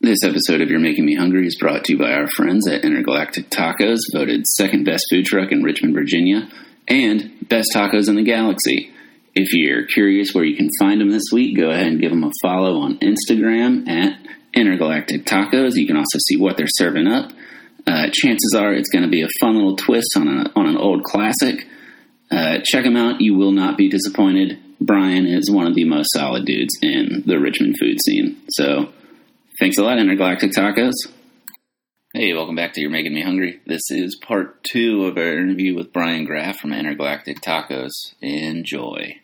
This episode of You're Making Me Hungry is brought to you by our friends at Intergalactic Tacos, voted second best food truck in Richmond, Virginia, and best tacos in the galaxy. If you're curious where you can find them this week, go ahead and give them a follow on Instagram at Intergalactic Tacos. You can also see what they're serving up. Uh, chances are it's going to be a fun little twist on, a, on an old classic. Uh, check them out. You will not be disappointed. Brian is one of the most solid dudes in the Richmond food scene. So thanks a lot, Intergalactic Tacos. Hey, welcome back to You're Making Me Hungry. This is part two of our interview with Brian Graff from Intergalactic Tacos. Enjoy.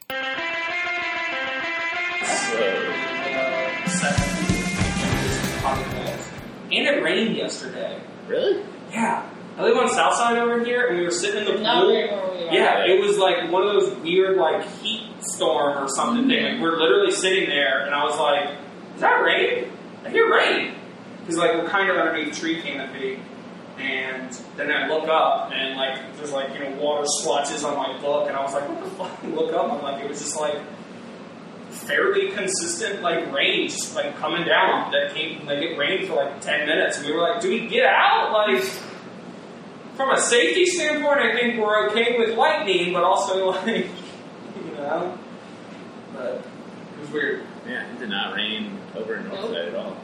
And it rained yesterday. Really? Yeah. I live on Southside over here, and we were sitting in the Not pool. very where we are. Yeah, it was like one of those weird, like, heat storm or something thing. Like, we're literally sitting there, and I was like, is that rain? I hear rain. Because, like, we're kind of underneath tree canopy. And then I look up, and, like, there's, like, you know, water splotches on my book, and I was like, what the fuck? And look up, I'm like, it was just, like, fairly consistent like rain just like coming down that came like it rained for like ten minutes and we were like, Do we get out? Like from a safety standpoint I think we're okay with lightning, but also like you know but it was weird. Yeah, it did not rain over in Nope. Northside at all.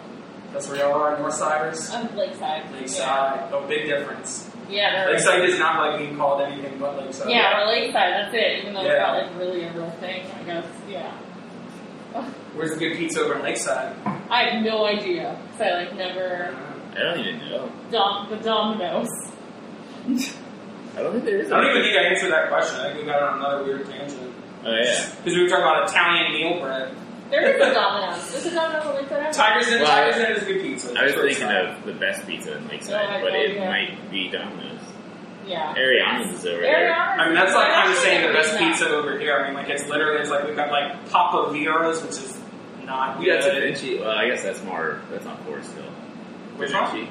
That's where y'all are, North Siders. I'm Uh, Lakeside. Lakeside. Oh big difference. Yeah, they're Lakeside is not like being called anything but Lakeside. Yeah, we're Lakeside. That's it. Even though it's not Yeah. like really a real thing, I guess. Yeah. Where's the good pizza over in Lakeside? I have no idea. So I like never I don't even know. dom- the Dominoes. I don't think there I is. don't even think I answered that question. I think we got on another weird tangent. Oh yeah. Because we were talking about Italian meal bread. There is a Domino's. There's a Domino's on Lakeside. Avenue. Tigers in Well, Tigers in is good pizza. I was Sure, thinking it's of the best pizza in Oh, Lakeside, I but know, it yeah. might be Domino's. Yeah. Ariana's is over there. Ariana's- not. I mean, that's like kind of Ariana's saying the best not. pizza over here. I mean, like it's literally it's like we've got like Papa Vera's, which is not We got Da good. Vinci. Well, I guess that's more. That's not Forest Hill. Which Da one? Vinci.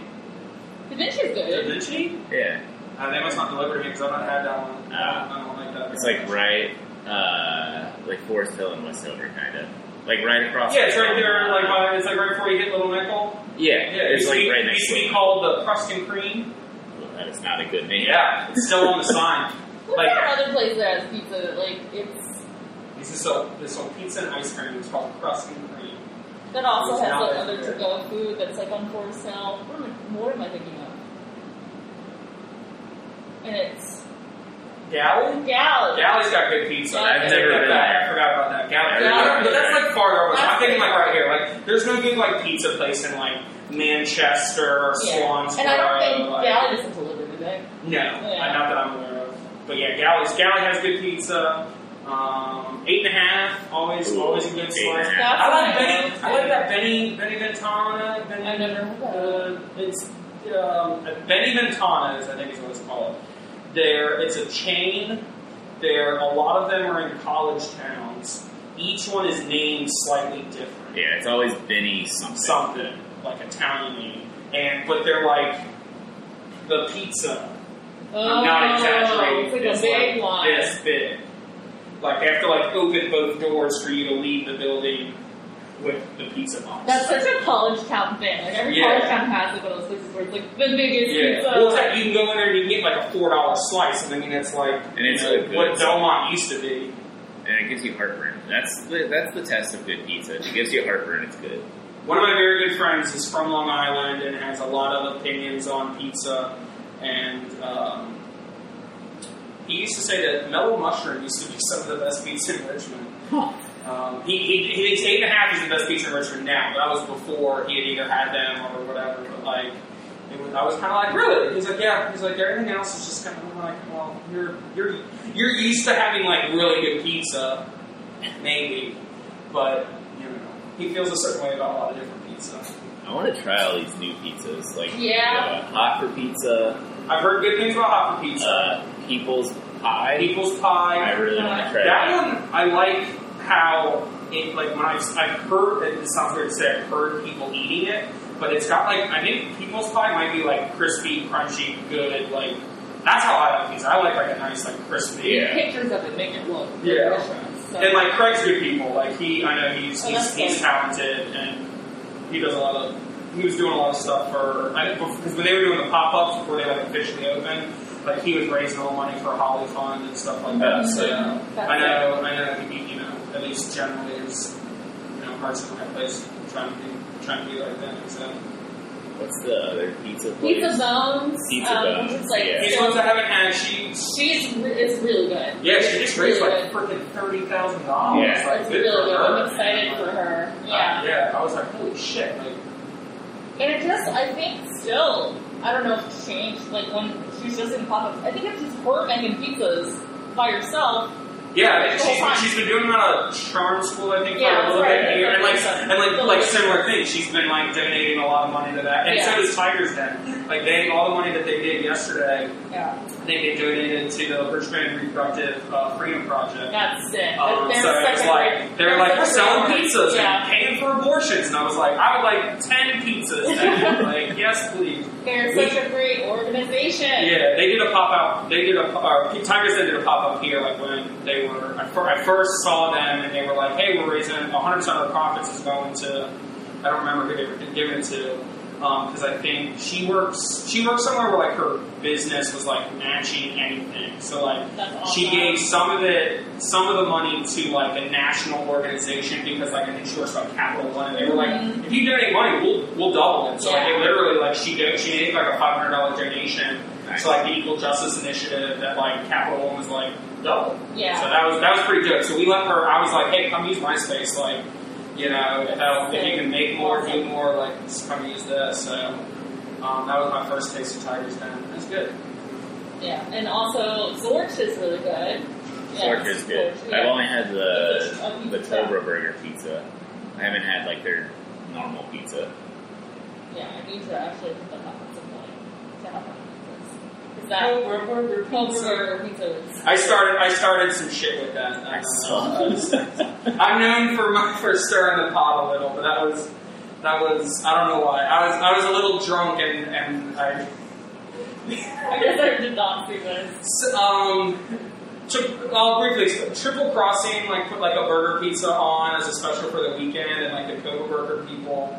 The dish is Da good. Vinci? Yeah, Uh, they must not deliver to me because I've not had that one. Ah. I don't like that. it's very like much. right, uh, like Forest Hill and Westover, kind of. Like right across. Yeah, it's right from, there. Like uh, uh, it's like right before you hit Little Nickel. yeah, Yeah, it it's used to like be- right it next used to to be it. called the Crust and Cream. Well, that is not a good name. Yeah, it's still on the sign. Well, Like- there are other places that has pizza that like it's This is so this whole pizza and ice cream is called Crust and Cream. that also It's has not like that other good. to go food that's like on for sale. What am I, what am I thinking of? And it's Galley. Galley. Galley's got good pizza. I've Take never that back. been there. I forgot about that. Galley. Yeah. But- But that's like farther over. I'm That's- thinking like right here. Like there's no good like pizza place in like Manchester or Yeah. Swansboro. And I don't think like, Galley doesn't deliver, do they? No, uh, not that I'm aware of. But yeah, Galley's Galley has good pizza. Um, eight and a half, always Ooh, always a good eight and a slice. half. That's I like not Benny. good. I like that Benny Benny Ventana. Benny, I've never heard uh, that. it's um, Benny Ventana is I think is what it's called. There, it's a chain. There, a lot of them are in college towns. Each one is named slightly different. Yeah, it's always Benny something. Something like Italian name, and but they're like the pizza. Oh, I'm not exaggerating. It's like a big like one. This big. Like they have to like open both doors for you to leave the building with the pizza box. That's such a college town thing. Like every Yeah. college town has like one of those places where it's like the biggest yeah. pizza. Well, it's like you can go in there and you can get like a four dollar slice, and I mean that's like And it's you really know, good. what Belmont used to be. and it gives you heartburn. That's the, that's the test of good pizza. If it gives you heartburn, it's good. One of my very good friends is from Long Island and has a lot of opinions on pizza. And um, he used to say that mellow mushroom used to be some of the best pizza in Richmond. Um, he, he, he thinks eight and a half is the best pizza in Richmond now, but that was before he had either had them or whatever. But like, it was, I was kind of like, really? He's like, yeah. He's like, everything else is just kind of like, well, you're you're you're used to having like really good pizza, maybe, but you know, he feels a certain way about a lot of different pizza. I want to try all these new pizzas, like Yeah. the hot for pizza, I've heard good things about hot for pizza, uh, people's pie. people's I pie. really want to try That one I like how it like when I I've heard and it sounds weird to say I've heard people eating it, but it's got like I think people's pie might be like crispy, crunchy, good. Like that's how I like these. I like like a nice like crispy. Yeah. Pictures of it make it look like Yeah. restaurants. So. And like Craig's good people. Like he, I know he's Oh, he's, that's he's good. talented and he does a lot of he was doing a lot of stuff for because when they were doing the pop ups before they like officially opened, like he was raising all the money for Holly Fund and stuff like Mm-hmm. that. So I know, I know. I mean, you know, at least generally, it's you know, parts of my place trying to be trying to be like that. So What's the other pizza place? Pizza Bones. Pizza um, Bones, Which is like yeah. these so- ones I haven't had, she she's re- is really good. yeah, she just really raised like good. freaking thirty thousand dollars. Yeah. like It's good really for good. her. I'm excited for her. Yeah. yeah. I was like, holy shit, like. And it just, I think still, I don't know if it's changed, like when she was just in pop-ups, I think it's just her making pizzas by herself. Yeah, and The whole she's, time. she's been doing that at charm school, I think, Yeah, for a little right, bit here, and like right. and like like similar things. She's been like donating a lot of money to that, and Yeah. so does Tigers Den. Like they all the money that they did yesterday, Yeah. they get donated to the Richmond Reproductive uh, Freedom Project. That's sick. Um, They're so such it's a like great- they're like we're such a selling great- pizzas Yeah. and paying for abortions, and I was like, I would like ten pizzas. And like yes, please. They're such a great organization. Yeah, they did a pop out. They did a or Tigers. They did a pop up here, like when they were. I, fir- I first saw them, and they were like, "Hey, we're raising 100 percent of the profits is going to." I don't remember who they were giving it to, because I think she works. She works somewhere where like her business was like matching anything. So like That's awesome. she gave some of it, some of the money to like a national organization because like I think she works on Capital One, and they were like, Mhm. if you donate money, we'll we'll double it. So like Yeah. they literally like she did, she made like a five hundred dollar donation Nice. to like the Equal Justice Initiative that like Capital One was like double. So Yeah. that was that was pretty good. So we let her. I was like, hey, come use my space, like. You know, if, I- if you can make more, do more, like, just come use this. So, um, that was my first taste of Tigers Den. That's good. Yeah. And also, Zorch is really good. Yeah, Zorch is good. Zorch, I've Yeah. Oh, only had the It's a pizza. the Cobra Burger pizza. I haven't had like their normal pizza. Yeah, I need to actually put that up at some point to have my pizzas. Is that That, Cobra pizzas? I started. I started some shit with that. I saw I'm known for my for stirring the pot a little, but that was that was I don't know why. I was I was a little drunk and and I I guess I did not see this. s- um. Tri- I'll briefly explain. Triple Crossing like put like a burger pizza on as a special for the weekend, and like the Cobra Burger people,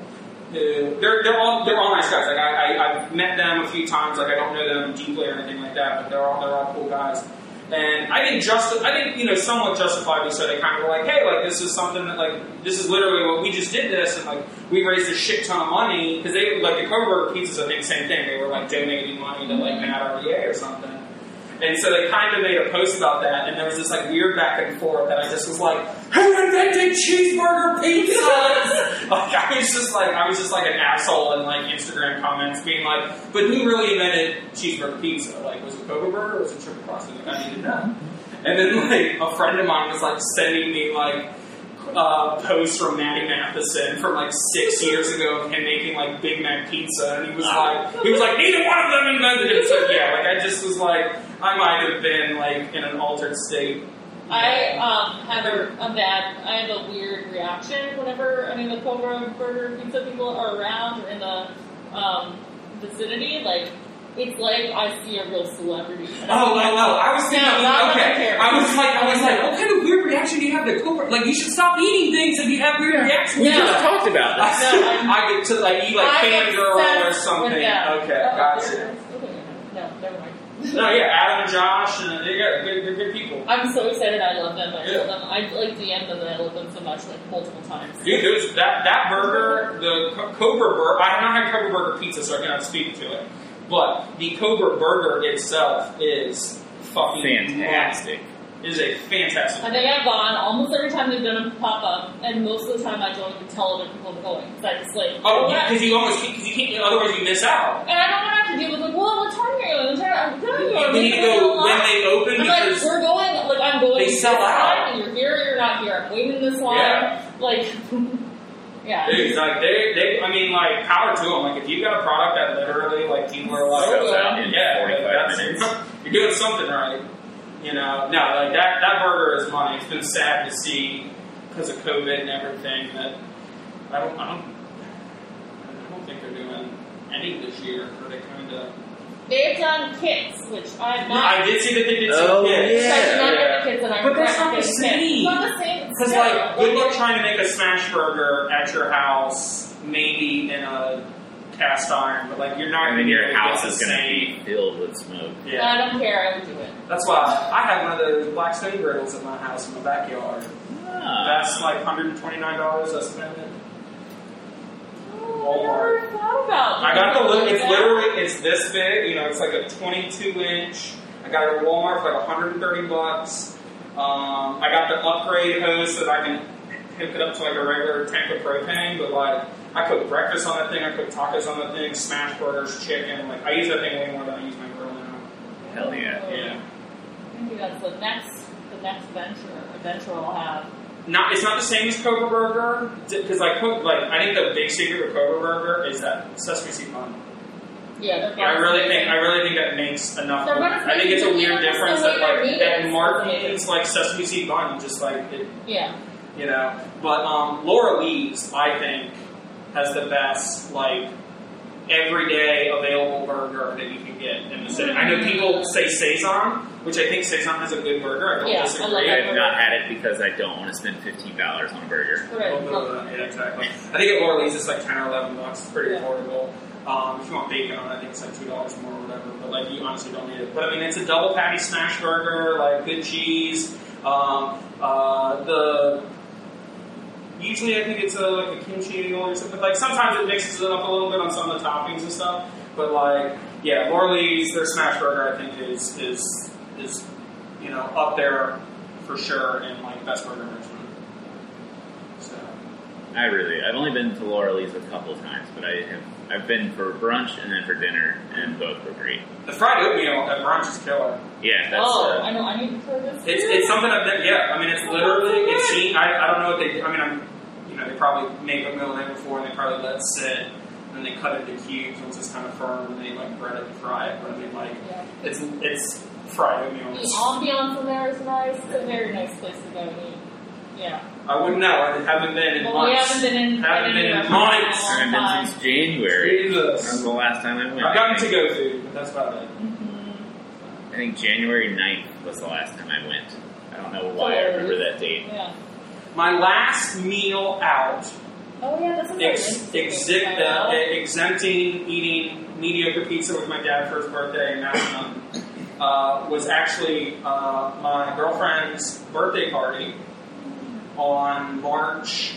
who they're they're all they're all nice guys. Like I, I I've met them a few times. Like I don't know them deeply or anything like that, but they're all they're all cool guys. And I think just I think you know somewhat justifiably so. They kind of were like, hey, like this is something that like this is literally what we just did this, and like we raised a shit ton of money because they like the Cobra pizzas. I think same thing. They were like donating money to like Matt RDA or something. And so they kind of made a post about that, and there was this like weird back and forth, and I just was like, "Who invented cheeseburger pizzas?" like I was just like I was just like an asshole in like Instagram comments, being like, "But who really invented cheeseburger pizza? Like, was it Coca Burger or was it Triple Cross?" Like, I needed that. And then like a friend of mine was like sending me like uh, posts from Matty Matheson from like six years ago of him making like Big Mac pizza, and he was like, he was like, neither one of them invented it. So yeah, like I just was like, I might have been like in an altered state. I um, have a, a bad, I have a weird reaction whenever I mean the Cobra Burger pizza people are around in the um, vicinity. Like it's like I see a real celebrity. Oh, oh, oh! I was thinking. No, not okay, like here. I was like, I was like, what kind of weird reaction do you have to Cobra? Like, you should stop eating things if you have weird reactions. Yeah. Just talked about I, that. I'm- I get to like eat like I'm fangirl or obsessed something. with that. Okay, Oh, gotcha. there it is. Okay, no, never mind. No, yeah, Adam and Josh, and they got good, good, good people. I'm so excited. I love them. I Yeah. love them. I like DM them and I love them so much, like multiple times. Dude, there was that that burger, the Co- Cobra burger. I have not had Cobra burger pizza, so I cannot speak to it. But the Cobra burger itself is fucking Fantastic. wild. It is a fantastic. I think I've gone almost every time they've done a pop up, and most of the time I don't even tell other people I'm going. 'Cause I just like, Oh, yeah. because you almost because you can't. Otherwise, you miss out. And I don't want to have to deal with like, well, what time are you? What time I'm going? You need to go when they open I'm like, because we're going. Like I'm going. They to this sell out. line, and You're here. or You're not here. I'm waiting in this line. Yeah. Like, yeah. Dude, it's like they, they, I mean, like power to them. Like if you got a product that literally like people are like, Sells "Oh, out in yeah, 45 that's- minutes." you're doing something right. You know, no, like that that burger is money. It's been sad to see because of COVID and everything that I don't, I don't, I don't think they're doing any this year. Or they kind of. They've done kits, which I'm not. I did see that they did some Oh, kids. which I did not Yeah. get the kids, and I But that's regret not the getting same. Kits. It's not the same. Because still, like, good luck trying to make a smash burger at your house, maybe in a cast iron, but like you're not I going to get mean, your anything house that's is the going to same. be filled with smoke. Yeah, I don't care. I would do it. that's why I have one of those black stone griddles at my house in my backyard. Ah. That's like hundred and twenty nine dollars estimated. Oh, I never thought about. I got the look. It's that. literally it's this big. You know, it's like a 22 inch. I got it at Walmart for like 130 bucks. Um, I got the upgrade hose so that I can hook it up to like a regular tank of propane. But like, I cook breakfast on that thing. I cook tacos on that thing. Smash burgers, chicken. Like, I use that thing way more than I use my grill now. Hell yeah. Yeah. Maybe that's the next, the next venture, adventure I'll have. Not, it's not the same as Cobra Burger because like, co- like I think the big secret of Cobra Burger is that sesame seed bun. Yeah, they're Yeah, I both- really think I really think that makes enough. They're of it. both I think it's a making- weird that's the difference way that they're like made. that Martin's like sesame seed bun, you just like it, Yeah, you know. But um, Laura Leaves, I think, has the best like everyday available burger that you can get in the city. I Mm-hmm. know people say saison, which I think saison has a good burger. I don't Yeah, I love disagree. that I have not had it because I don't want to spend fifteen dollars on a burger. A right. little bit of that, yeah, exactly. I think at Laura Lee's it's like ten or eleven bucks. It's pretty Yeah. affordable. Um, if you want bacon on it, I think it's like two dollars more or whatever. But like you honestly don't need it. But I mean, it's a double patty smash burger, like good cheese. Um, uh, the usually I think it's a, like a kimchi noodle or something. Like sometimes it mixes it up a little bit on some of the toppings and stuff. But like yeah, Laura Lee's their smash burger I think is is is you know up there for sure in like best burger in Richmond. So. I really, I've only been to Laura Lee's a couple times, but I have, I've been for brunch and then for dinner, and both were great. The fried oatmeal at brunch is killer. Yeah, that's. oh, uh, I know. I need to try this. It's, it's something I've never, yeah, I mean, it's literally, it's seen, I, I don't know what they, I mean, I'm, you know, they probably make a meal the night before and they probably let it sit, and then they cut it into cubes once it's kind of firm, and they like bread it and fry it, but I mean, like, Yeah. it's, it's fried oatmeal. The It's- ambiance in there is nice. It's a very nice place to go and eat. Yeah. I wouldn't know, I haven't been in But we months. haven't been in. Haven't been in months. a long I haven't time. been since January. That was Jesus. the last time I went. I've gotten to go to, but that's about it. Mhm. I think January 9th was the last time I went. I don't know why I Oh. remember that date. Yeah. My last meal out Oh yeah, that's a very ex- interesting exempt, thing. uh, exempting eating mediocre pizza with my dad for his birthday in Mountain Home, uh, was actually uh, my girlfriend's birthday party on March,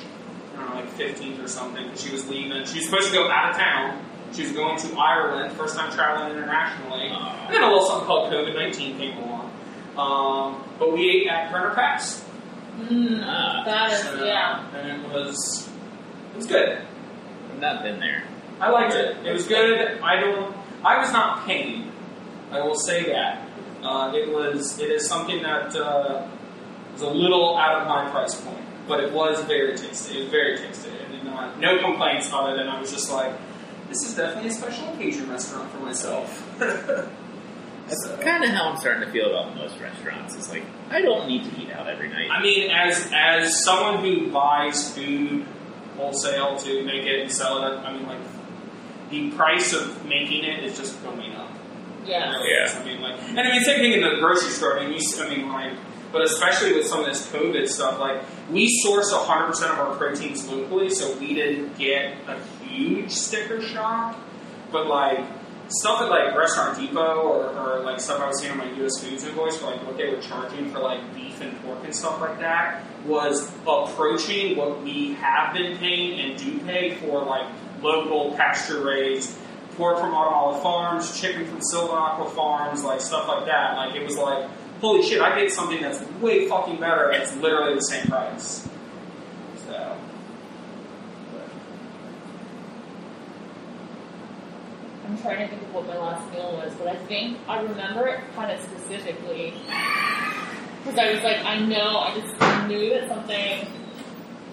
I don't know, like 15th or something. 'cause She was leaving. She was supposed to go out of town. She was going to Ireland, first time traveling internationally. And Uh, then a little something called COVID 19 came along. Um, but we ate at Turner Pass. Mm, ah, that is So, yeah. And it was, it was good. I've not been there. I liked it. It was good. I don't. I was not pained. I will say that. Uh, it was. It is something that uh, was a little out of my price point, but it was very tasty. It was very tasty. I did not. No complaints other than I was just like, this is definitely a special occasion restaurant for myself. That's So- kind of how I'm starting to feel about most restaurants. It's like, I don't need to eat out every night. I mean, as as someone who buys food wholesale to make it and sell it, I mean, like the price of making it is just going up. Yeah. Yeah. I mean, like, and I mean, same thing in the grocery store. I mean, you, s- I mean, like, but especially with some of this COVID stuff, like, we source 100% of our proteins locally, so we didn't get a huge sticker shock. But, like, stuff at, like, Restaurant Depot or, or like, stuff I was seeing on my US Foods invoice for, like, what they were charging for, like, beef and pork and stuff like that was approaching what we have been paying and do pay for, like, local pasture raised pork from Autumn Farms, chicken from Sylvan Aqua Farms, like stuff like that. Like it was like, holy shit, I get something that's way fucking better. and It's literally the same price. So, I'm trying to think of what my last meal was, but I think I remember it kind of specifically because I was like, I know, I just knew that something.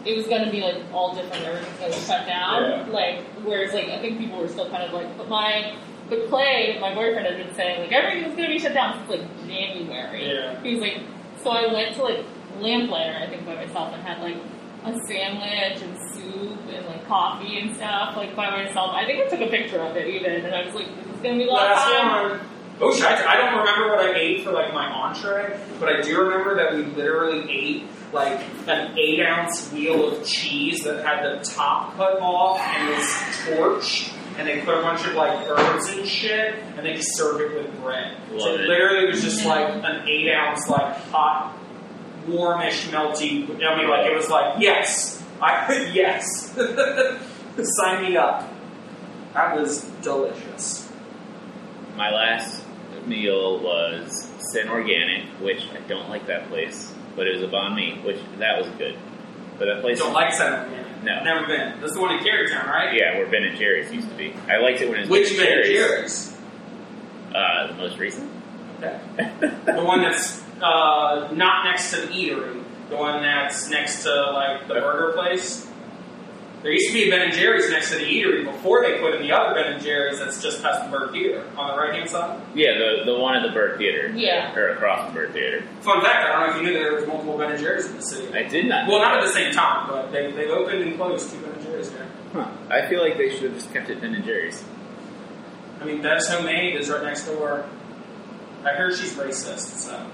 It was going to be like all different. Everything's going to shut down. Yeah. Like, whereas like I think people were still kind of like, but my, but Clay, my boyfriend, had been saying like everything's going to be shut down since like January. yeah. He was like, so I went to like Lamplighter, I think by myself, and had like a sandwich and soup and like coffee and stuff, like by myself. I think I took a picture of it even, and I was like, this is gonna be a lot of time. Last one. Oh shit, I, I don't remember what I ate for like my entree, but I do remember that we literally ate like an eight ounce wheel of cheese that had the top cut off and was torched. and they put a bunch of like herbs and shit, and they just served it with bread. so Love it. literally, it was just like an eight ounce, like hot, warmish, melty. I mean, like it was like yes, I yes, sign me up. That was delicious. My last meal was Sin Organic, which I don't like that place, but it was a banh mi, which that was good. But that I place, don't like Seven Man. No. never been. That's the one in Carytown, right? yeah, where Ben and Jerry's used to be. I liked it when it was Which Ben and Jerry's. Jerry's? Uh, the most recent. Okay. the one that's uh, not next to the eatery. The one that's next to like the burger place. There used to be a Ben and Jerry's next to the eatery before they put in the other Ben and Jerry's that's just past the Burger Theater on the right hand side. Yeah, the the one at the Bird Theater. Yeah. Or across the Bird Theater. Fun fact: I don't know if you knew there was multiple Ben and Jerry's in the city. I did not. Well, not at the same time, but they, they've opened and closed two Ben and Jerry's there. Huh. I feel like they should have just kept it Ben and Jerry's. I mean, Bev's Homemade is right next door. I heard she's racist, so.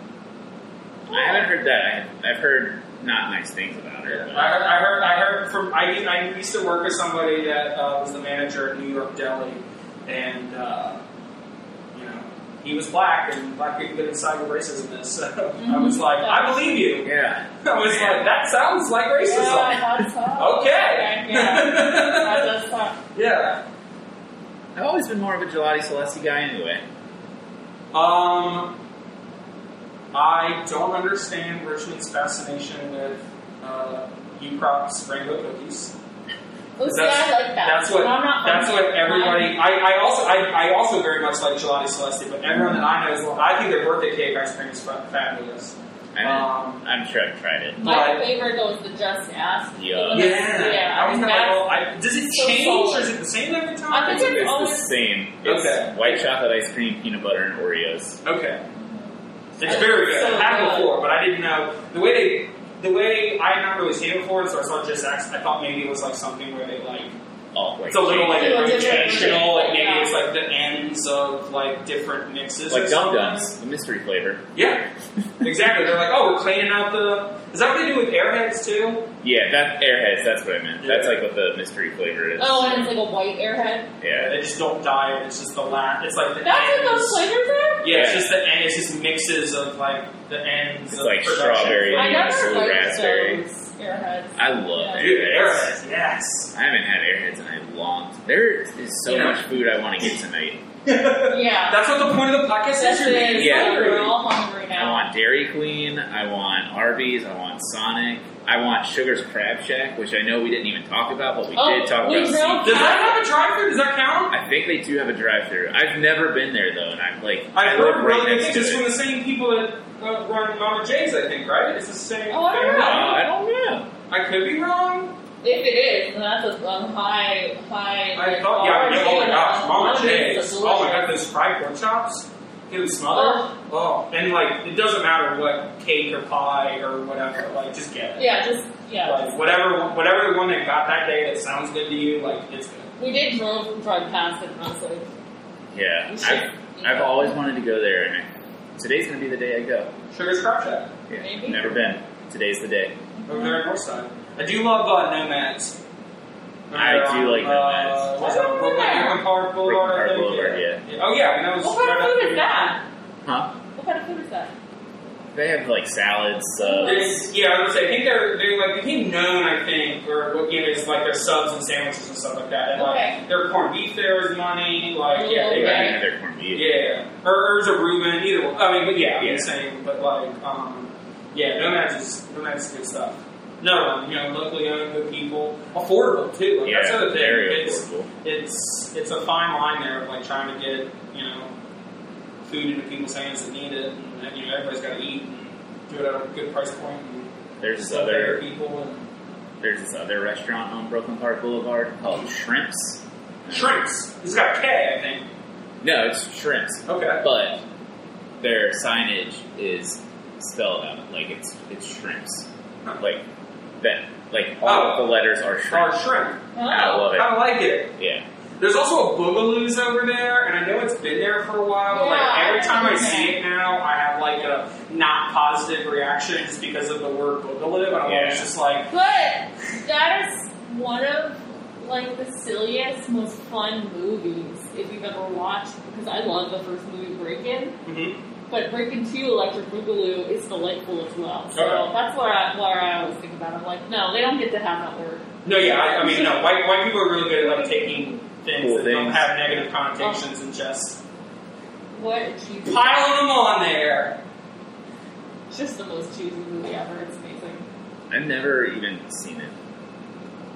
I haven't heard that. I, I've heard not nice things about her. I heard, I heard, I heard from, I, did- I used to work with somebody that uh, was the manager at New York Deli, and, uh, you know, he was black, and black people get inside what racism is, so I was like, I believe but- you. yeah. I was like, that sounds like racism. Yeah, that's tough. Okay. Yeah, that does suck. yeah. I've always been more of a Gelati Celesti guy anyway. Um, I don't understand Richmond's fascination with, uh, U-Crop's rainbow cookies. Oh, see, That's- I like that. That's what. And I'm not that's fussy. what everybody. I, I also I, I also very much like gelati celeste, but everyone that I know is. I think their birthday cake ice cream is fa- fabulous. I mean, Um, I'm sure I've tried it. My Right. favorite was the Just Ask. Yeah. It was- yeah, yeah. I was that's- gonna, I, does it so change solid. or is it the same every time? I think It's the always- same. It's Okay. white chocolate ice cream, peanut butter, and Oreos. Okay. It's That's very good. so I had it good. before, but I didn't know the way they, the way I remember it was here before, and so I saw just X. I thought maybe it was like something where they like All white. it's a little like Yeah, different- rotational, like maybe yeah. it's like the ends of like different mixes, or like something. Dum Dums, the mystery flavor. Yeah, exactly. They're like, oh, we're cleaning out the. Is that what they do with airheads too? Yeah, that Airheads. That's what I meant. Yeah. That's like what the mystery flavor is. Oh, and it's like a white airhead. Yeah, yeah. they just don't dye it. It's just the la It's like the That's what ends. those flavors are? yeah, it's just the end. It's just mixes of like the ends. It's of like production. strawberry. I never Blue liked raspberry. those airheads. I love Yeah. Dude, Airheads. airheads. Yes. I haven't had airheads in a long. There is so Yeah. much food I want to get tonight. Yeah. That's what the point of the podcast That's is. You're it. making Yeah. flavor. We're all hungry I now. want Dairy Queen. I want Arby's. I want Sonic. I want Sugar's Crab Shack, which I know we didn't even talk about, but we Oh, did talk we about. will. seafood. Does that have a drive-thru? Does that count? I think they do have a drive-through. I've never been there though, and I'm like, I I've live heard right really good things next to It's it. from the same people that uh, run Mama J's. I think right. It's the same. Oh, I don't thing. Uh, know. I don't know. I could be wrong. If it is, then that's a um, high, high. I thought, yeah, I mean, oh my gosh, Mama J's. Oh Oh my god, those fried pork chops. Dude, smother. Oh. and like, it doesn't matter what cake or pie or whatever, like, just get it. Yeah, just, yeah. Like, whatever, whatever the one that got that day that sounds good to you, like, it's good. We did drove, drive past it, and I was like, Yeah, we should. I've, I've always wanted to go there, and I, today's gonna be the day I go. Sugar Scrap Shack Yeah, Maybe. never been. Today's the day. over there in Northside. I do love uh, Nomads. I do like Nomads. Uh, what's that? What's Brooklyn that? Brooklyn Park Boulevard. Brooklyn Park I think, Boulevard, Oh yeah, and that was What kind right of up food is there. that? Huh? What kind of food is that? They have like salads, uh, subs. It's- yeah, I was gonna say, I think they're they like became known, I think, or what you know, is like their subs and sandwiches and stuff like that. And Okay. like their corned beef there is money, like yeah, They they got Okay. another corned beef. yeah. Or, or is it Reuben, either one. I mean but yeah, Yeah. the same, but like um yeah, nomads is nomads is good stuff. No, you know, locally owned good people. Affordable too. Like Yeah, that's the other thing. very It's affordable. it's it's a fine line there of like trying to get, you know, food into people's hands that need it and, you know, everybody's gotta eat and do it at a good price point and There's this some better other people and there's this other restaurant on Brooklyn Park Boulevard called Shrimps. Shrimps. It's got a K, I think. No, it's Shrimps, Okay. but their signage is spelled out like it's it's Shrimps, Huh. Oh. like that. Like all of the letters are Or shrimp. shrimp. I love it. I like it. Yeah, There's also a Boogaloo's over there, and I know it's been there for a while, but like Yeah, every I time I remember see that. it now, I have like a not positive reaction just because of the word Boogaloo. I'm Yeah. always just like, But that is one of like the silliest, most fun movies if you've ever watched. Because I love the first movie, Breakin', Mm-hmm. but Breakin' Two, Electric Boogaloo, is delightful as well. So Okay. that's where I where I always think about. it. I'm like, no, they don't get to have that word. No, yeah, I, I mean, no. White, white people are really good at like taking things Cool that don't things. have negative connotations and just What a cheesy! piling them on there. It's Just the most cheesy movie ever. It's amazing. I've never even seen it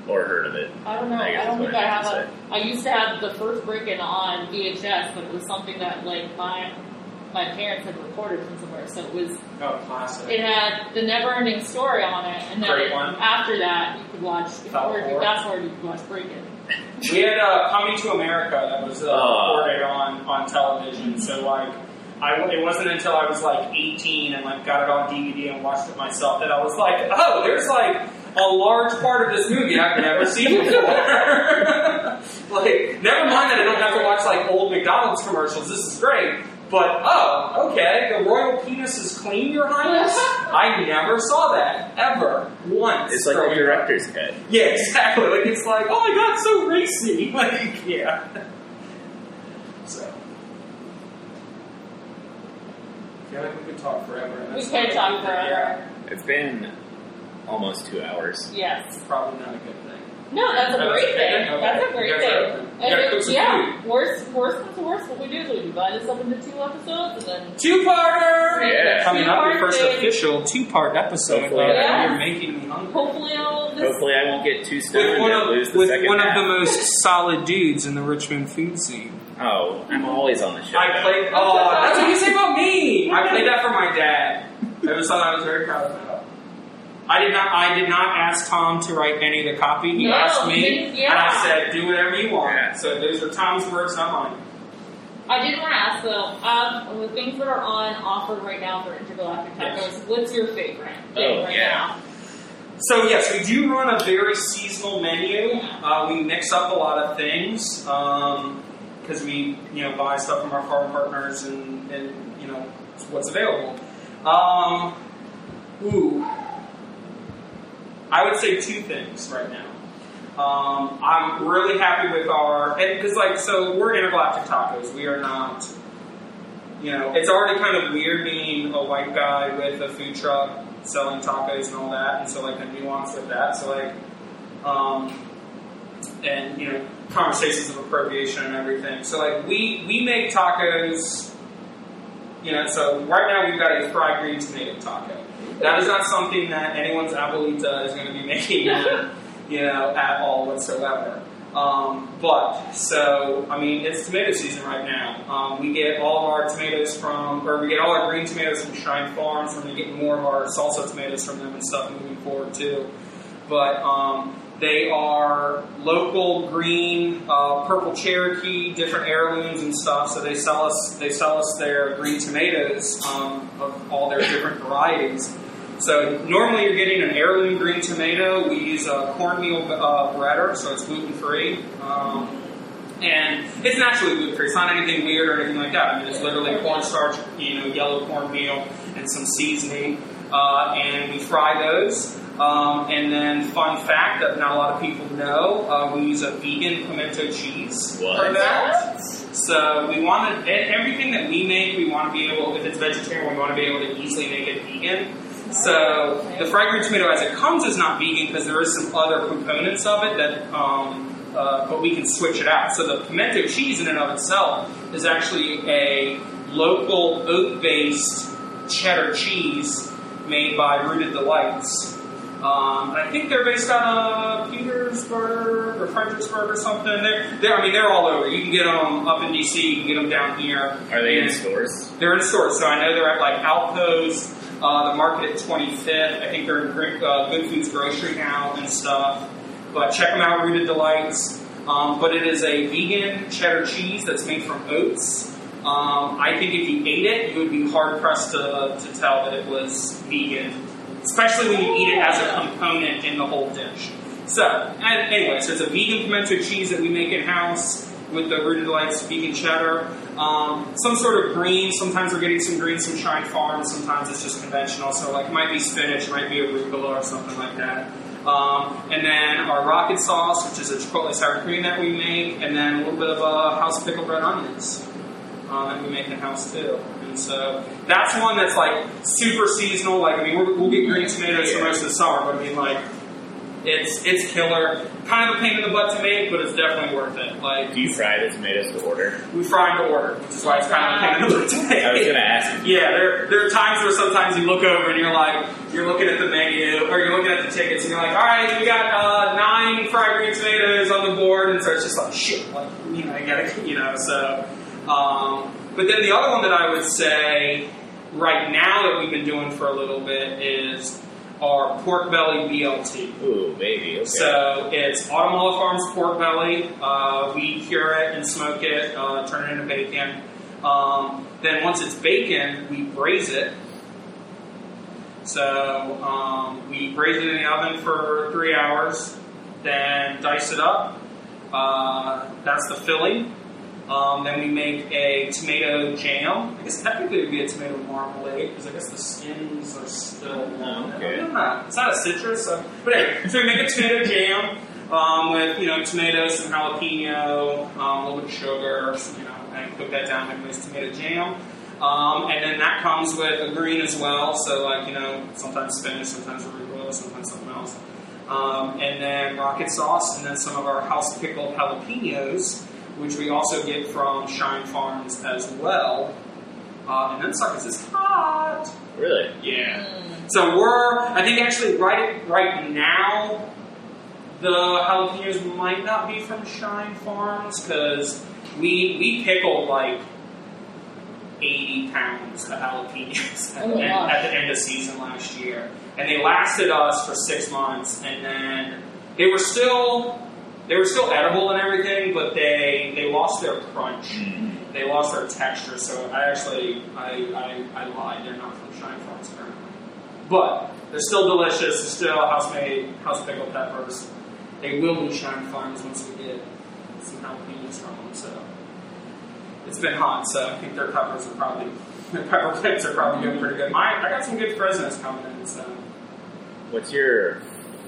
or heard of it. I don't know. I I, guess don't that's think what I I have should a. I used to have the first Breakin' on VHS, but it was something that like my my parents had recorded from somewhere. So it was Oh, classic. it had the never-ending story on it, and then Great it- one. after that you could watch. If Top or if you four. fast forward, you could watch Breakin'. We had uh, Coming to America that was uh, Oh. recorded on on television. So like, I it wasn't until I was like 18 and like got it on DVD and watched it myself that I was like, oh, there's like a large part of this movie I've never seen before. like, never mind that I don't have to watch like old McDonald's commercials. This is great. But oh, okay, the royal penis is clean, Your Highness. I never saw that ever once. It's like the growing up. director's cut. Yeah, exactly. Like it's like, oh my god, it's so racy. Like, yeah. So. I feel like we could talk forever. And We that's could not a talk good thing. forever. It's been almost two hours. Yes. Yeah, probably not a good thing. No, that's a Oh, great okay. thing. Okay. That's a great You guys are thing. open. And You gotta it- cook some yeah, worst worst comes to worst, what we do is we divide this up into two episodes, and then Two-parter! Yeah. Coming up, your Two-part first thing. official two-part episode. Hopefully. of Yeah. You're making me hungry. hopefully all this. Hopefully, I won't get too stoned With one, and lose of, the with second one of half. the most solid dudes in the Richmond food scene. Oh, I'm always on the show. I played. Oh, that's what you say about me. I played that for my dad. That was something I was very proud of. I did not. I did not ask Tom to write any of the copy. He No, asked me, he- yeah. and I said, "Do whatever you want." Yeah. So those are Tom's words, not mine. I did want to ask though, of the things that are on offer right now for intergalactic tacos, Yes. what's your favorite thing Oh, right yeah. now? So yes, we do run a very seasonal menu. Uh, we mix up a lot of things because we you know buy stuff from our farm partners and, and you know it's what's available. Um, ooh, I would say two things right now. Um, I'm really happy with our because like so we're intergalactic tacos. We are not. You know, it's already kind of weird being a white guy with a food truck selling tacos and all that, and so like the nuance of that. So like, um, and you know, conversations of appropriation and everything. So like, we we make tacos. You know, so right now we've got a fried green tomato taco. That is not something that anyone's abuelita is going to be making, you know, at all whatsoever. Um, but so I mean, it's tomato season right now. Um, we get all of our tomatoes from, or we get all our green tomatoes from Shine Farms. We're going to get more of our salsa tomatoes from them and stuff moving forward too. But um, they are local green, uh, purple Cherokee, different heirlooms and stuff. So they sell us they sell us their green tomatoes um, of all their different varieties. So normally you're getting an heirloom green tomato. We use a cornmeal uh, breader, so it's gluten free. Um, and it's naturally gluten free. It's not anything weird or anything like that. I mean, it's literally cornstarch, you know, yellow cornmeal, and some seasoning. Uh, and we fry those. Um, and then, fun fact that not a lot of people know, uh, we use a vegan pimento cheese for What? that. So we want to e- everything that we make, we want to be able. If it's vegetarian, we want to be able to easily make it vegan. So the fried green tomato, as it comes, is not vegan because there is some other components of it that, um, uh, but we can switch it out. So the pimento cheese, in and of itself, is actually a local oat-based cheddar cheese made by Rooted Delights. Um, and I think they're based out of Petersburg or Fredericksburg or something. They're, they're, I mean, they're all over. You can get them up in DC. You can get them down here. Are they in And stores? They're in stores. So I know they're at like Alco's, uh, the market at 25th. I think they're in Gr- uh, Good Foods Grocery now and stuff. But check them out, Rooted Delights. Um, but it is a vegan cheddar cheese that's made from oats. Um, I think if you ate it, you would be hard pressed to, uh, to tell that it was vegan, especially when you eat it as a component in the whole dish. So, and anyway, so it's a vegan pimento cheese that we make in house with the Rooted Lights vegan cheddar. Um, some sort of green. Sometimes we're getting some greens from Shine Farm. Sometimes it's just conventional. So, like, it might be spinach, might be arugula, or something like that. Um, and then our rocket sauce, which is a chipotle sour cream that we make, and then a little bit of uh, house pickled red onions um, that we make in house too. And so that's one that's like super seasonal. Like I mean, we're, we'll get green tomatoes for most of the summer, but I mean like it's it's killer. Kind of a pain in the butt to make, but it's definitely worth it. Like Do you fry the tomatoes to order? we fry them to order, which is why it's kind of a pain in the butt to make. I was going to ask. Yeah, there, there are times where sometimes you look over and you're like, you're looking at the menu or you're looking at the tickets and you're like, all right, we got uh, nine fried green tomatoes on the board, and so it's just like shit, like you know, you gotta, you know. So, um, but then the other one that I would say right now that we've been doing for a little bit is our pork belly BLT. Ooh, baby. Okay. So it's Autumala Farms pork belly. Uh, we cure it and smoke it, uh, turn it into bacon. Um, then once it's bacon, we braise it. So um, we braise it in the oven for three hours, then dice it up. Uh, that's the filling. Um, then we make a tomato jam. I guess technically it would be a tomato marmalade because I guess the skins are still. Oh, okay. No, not. It's not a citrus. So. But anyway, so we make a tomato jam um, with you know tomatoes, some jalapeno, um, a little bit of sugar, you know, and cook that down make a nice tomato jam. Um, and then that comes with a green as well. So like you know, sometimes spinach, sometimes arugula, sometimes something else. Um, and then rocket sauce, and then some of our house pickled jalapenos, which we also get from Shine Farms as well. Uh, and then suckers is hot. Really? Yeah. Mm. So we're, I think actually right right now, the jalapenos might not be from Shine Farms because we we pickled like eighty pounds of jalapenos at, Oh my the, end, gosh. at the end of season last year, and they lasted us for six months, and then they were still they were still edible and everything, but they they lost their crunch Mm. they lost their texture, so I actually I, I, I lied. They're not from Shine Farms apparently, but they're still delicious. They're still house made house pickled peppers. They will be Shine Farms once we get some jalapenos from them. So it's been hot, so I think their peppers are probably their pepper picks are probably doing pretty good. My I got some good Fresnos coming in, so What's your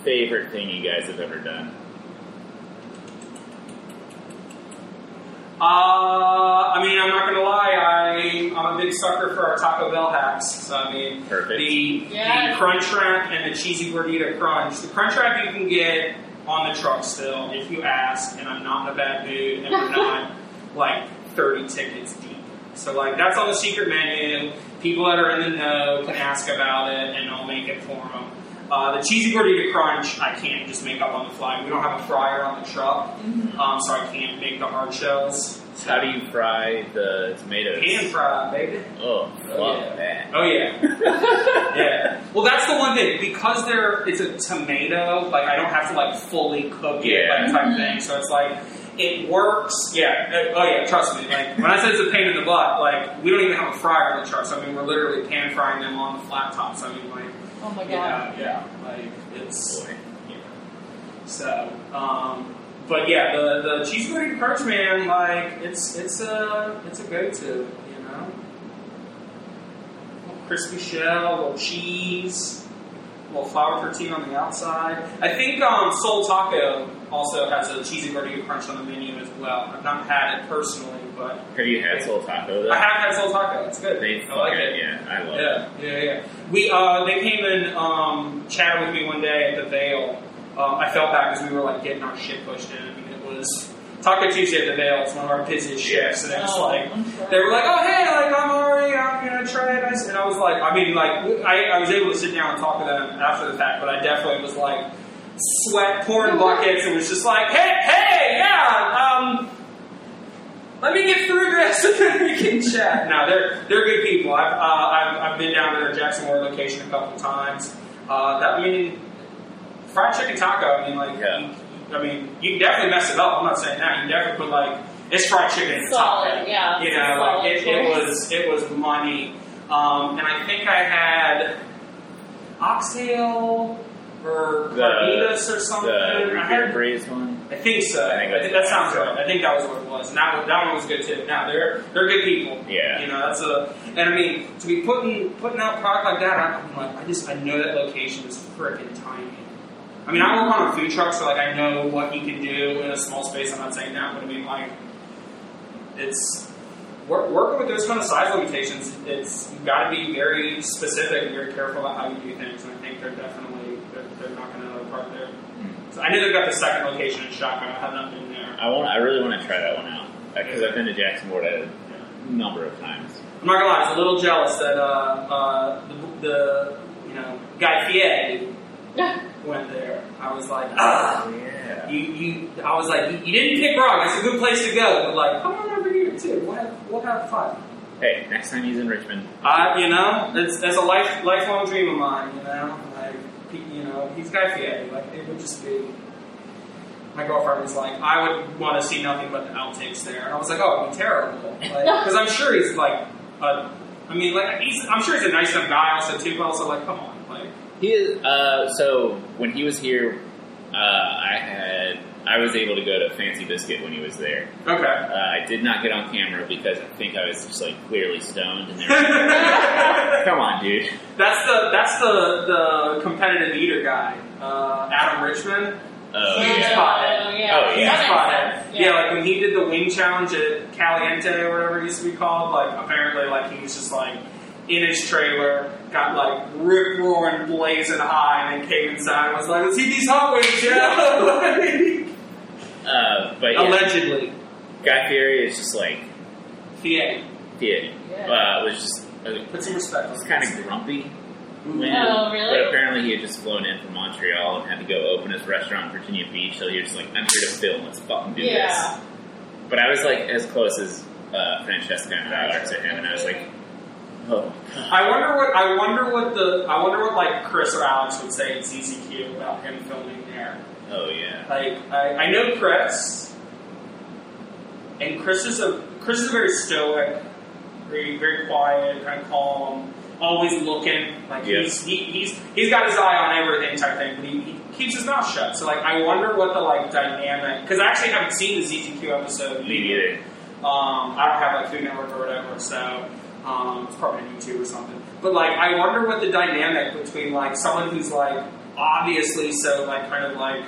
favorite thing you guys have ever done? uh, I mean I'm not gonna lie, I I'm a big sucker for our Taco Bell hacks. So I mean. Perfect. The, Yeah. the crunch wrap and the cheesy gordita crunch. The crunch wrap you can get on the truck still if you ask, and I'm not in a bad mood, and we're not like 30 tickets deep. So like that's on the secret menu. People that are in the know can ask about it, and I'll make it for them. Uh, the cheesy gordita crunch I can't just make up on the fly. We don't have a fryer on the truck, um, so I can't make the hard shells. How do you fry the tomatoes? Hand fry, baby. Oh, love Yeah. that. Oh yeah, yeah. Well, that's the one thing because there it's a tomato. Like I don't have to like fully cook it, Yeah. like type thing. So it's like it works. Yeah. Uh, Oh yeah. Trust me. Like when I said it's a pain in the butt, like we don't even have a fryer on the trucks. I mean, we're literally pan frying them on the flat tops. I mean, like Oh my god. yeah, yeah. Like it's Boy. so. Um, but yeah, the the cheese grated crunch man, like it's it's a it's a go to, you know. Little crispy shell, little cheese, little flour tortilla on the outside. I think um, Soul Taco also has a cheesy gordita crunch on the menu as well. I've not had it personally, but Have you had soul taco though? I have had Soul Taco. It's good. They I like fucking- it. Yeah, I love it. Yeah, yeah, yeah. We uh, they came and um, chatted with me one day at the Vale. Um, I felt bad because we were like getting our shit pushed in. I mean, it was Taco Tuesday at the Vale. It's one of our busiest Yeah. shifts, and it was Oh, like I'm sure. they were like, "Oh hey, like I'm already, I'm gonna try it," and I was like, I mean, like I, I was able to sit down and talk to them after the fact, but I definitely was like sweat pouring buckets and was just like, "Hey, hey, yeah, um, let me get through this and then we can chat. No, they're they're good people. I've uh, I've, I've been down to their Jacksonville location a couple times. Uh, that I mean, fried chicken taco. I mean, like, Yeah. you- I mean, you can definitely mess it up. I'm not saying that. You can definitely put like it's fried chicken and Solid, taco. yeah. You know, Solid like it, it choice. was it was money. Um, and I think I had oxtail or The- carnitas or something. The I root had beer braised one. I think so. I I think think, that's- that sounds right. I think that was what it was. And that one, that one was good too. Now they're they're good people. Yeah. You know, that's a and I mean to be putting putting out product like that, I, I'm like I just I know that location is freaking tiny. I mean, I work on a food truck, so like I know what you can do in a small space. I'm not saying that, but I mean, like, it's wor- working with those kind of size limitations. It's you've got to be very specific and very careful about how you do things. And I think they're definitely they're, they're not going to part there. So I know they've got the second location in Shotgun. I have not been there. I want. I really want to try that one out because I've been to Jacksonport a number of times. I'm not gonna lie, I was a little jealous that uh, uh, the, the you know Guy Fieri went there. I was like, ah. yeah. You, you, I was like, you, you didn't pick wrong. It's a good place to go. But like, come on over here too. We'll have, we'll have fun. Hey, next time he's in Richmond, Uh, you know, that's that's a life lifelong dream of mine. You know, like he- you know, he's Guy Fieri. Like it would just be. My girlfriend was like, I would want to see nothing but the outtakes there, and I was like, oh, it'd be terrible. Because I'm sure he's like, a, I mean, like he's, I'm sure he's a nice enough guy also too, but also like, come on, like He is. Uh, so when he was here, uh, I had I was able to go to Fancy Biscuit when he was there. Uh, okay. I did not get on camera because I think I was just like clearly stoned, and they were like, "Come on, dude." That's the that's the the competitive eater guy, uh, Adam Richmond. Oh Huge yeah. pothead. Oh, yeah. Oh, yeah. He's That pothead. makes sense. Yeah. like when he did the wing challenge at Caliente or whatever it used to be called, like apparently like he was just like in his trailer, got like rip roaring blazing high and then came inside and was like, Let's eat these hot wings, Joe Uh, but yeah, Allegedly. Guy Fieri is just like Fiat. yeah, Yeah. uh, was just uh, Put some respect on was kind of grumpy. when- Oh, really? But apparently he had just flown in from Montreal and had to go open his restaurant in Virginia Beach. So he was just like, "I'm here to film. Let's fucking do this." yeah. But I was like as close as uh, Francesca and Valor to him, and I was like, oh. I wonder what I wonder what the I wonder what like Chris or Alex would say at CCQ about him filming there. Oh yeah. Like I, I know Chris, and Chris is a Chris is a very stoic, very very quiet, kind of calm, always looking. Like Yeah. he's he, he's he's got his eye on everything type thing, but he, he keeps his mouth shut. So like I wonder what the like dynamic because I actually haven't seen the ZTQ episode. Me neither. Um, I don't have like Food Network or whatever, so um, it's probably on YouTube or something. But like, I wonder what the dynamic between like someone who's like obviously so like kind of like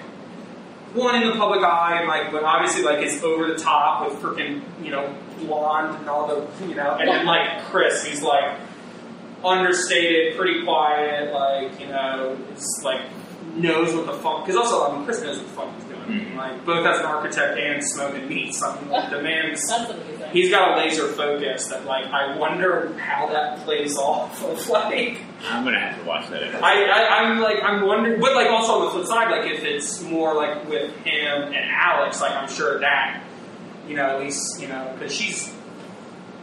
one in the public eye and like, but obviously like is over the top with freaking you know blonde and all the you know, and then like Chris, he's like understated, pretty quiet, like you know, it's like knows what the fuck. Because also, I mean, Chris knows what the fuck he's doing. Mhm. Like both as an architect and smoking meat, something like the man's That's amazing. He's got a laser focus that, like, I wonder how that plays off of, like, I'm gonna have to watch that. I, Episode. I, I'm, like, I'm wondering, but, like, also on the flip side, like, if it's more, like, with him and Alex, like, I'm sure that, you know, at least, you know, because she's,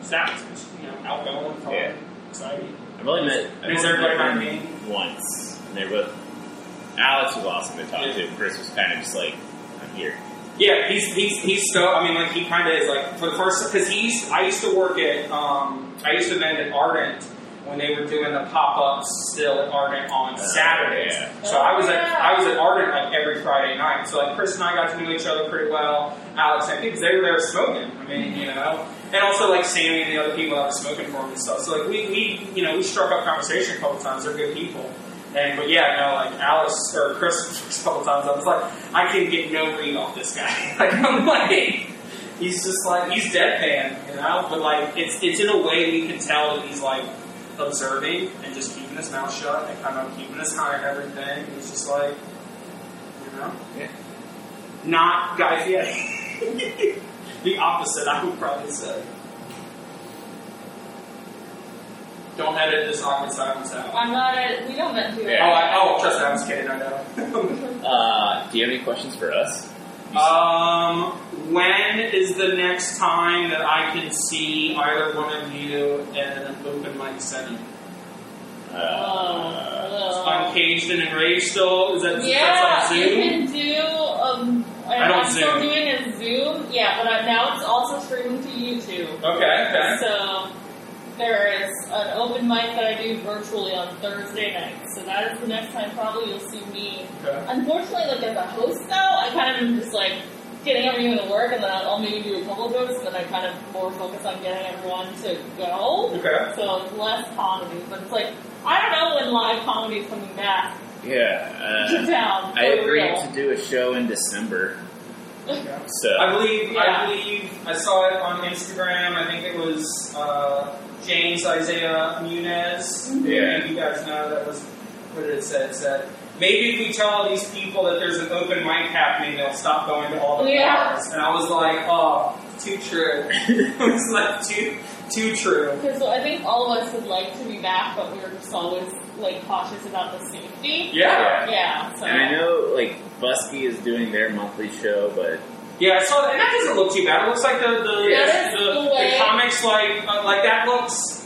she's Alex, she's, you know, outgoing, fun, Yeah. exciting. I've only met. I've Is only everybody met on them me? once. And they both. Alex was awesome to talk to. Chris was kind of just like, I'm here. Yeah, he's he's he's so. I mean, like he kind of is like for the first because he's. I used to work at. Um, I used to vend at Ardent when they were doing the pop ups still at Ardent on Uh, Saturdays. yeah. So I was at Yeah. I was at Ardent like every Friday night. So like Chris and I got to know each other pretty well. Alex, I think 'cause they were there smoking. I mean, you know, and also like Sammy and the other people that were smoking for him and stuff. So like we we you know we struck up conversation a couple times. They're good people. And but yeah, no, like Alice or Chris a couple times, I was like, I can get no read off this guy. like I'm like, he's just like he's deadpan, you know. But like it's it's in a way we can tell that he's like observing and just keeping his mouth shut and kind of keeping his eye on everything. He's just like, you know, Yeah. not Guy Fieri. the opposite, I would probably say. Don't edit this awkward silence out. I'm not at, we don't meant to. Yeah. Oh, I, oh, trust me, I was kidding. I know. Uh, do you have any questions for us? um, when is the next time that I can see either one of you in an open mic setting? Oh, Uh, I'm caged and enraged still. Is that yeah, that's on you Zoom? can do. Um, I I don't am still Zoom. doing a Zoom. Yeah, but I, now it's also streaming to YouTube. Okay, okay. So there is an open mic that I do virtually on Thursday nights. So that is the next time probably you'll see me. Okay. Unfortunately, like as a host though, I kind of am just like getting everyone to work, and then I'll maybe do a couple jokes, and then I kind of more focus on getting everyone to go. Okay. So it's less comedy, but it's like I don't know when live comedy is coming back. Yeah. to Uh, town. I for agreed real. to do a show in December. Yeah. So I believe Yeah. I believe I saw it on Instagram. I think it was uh, James Isaiah Munez. Yeah. you guys know that was what it said. It said maybe if we tell all these people that there's an open mic happening, they'll stop going to all the Yeah. bars. And I was like, oh, too true. it was like too too true. Because I think all of us would like to be back, but we were just always like cautious about the safety. Yeah. Yeah. So And I know like Busky is doing their monthly show, but Yeah, I saw that, and that doesn't look too bad. It looks like the the, Yeah, the, that's the the, way- comics like uh, like that looks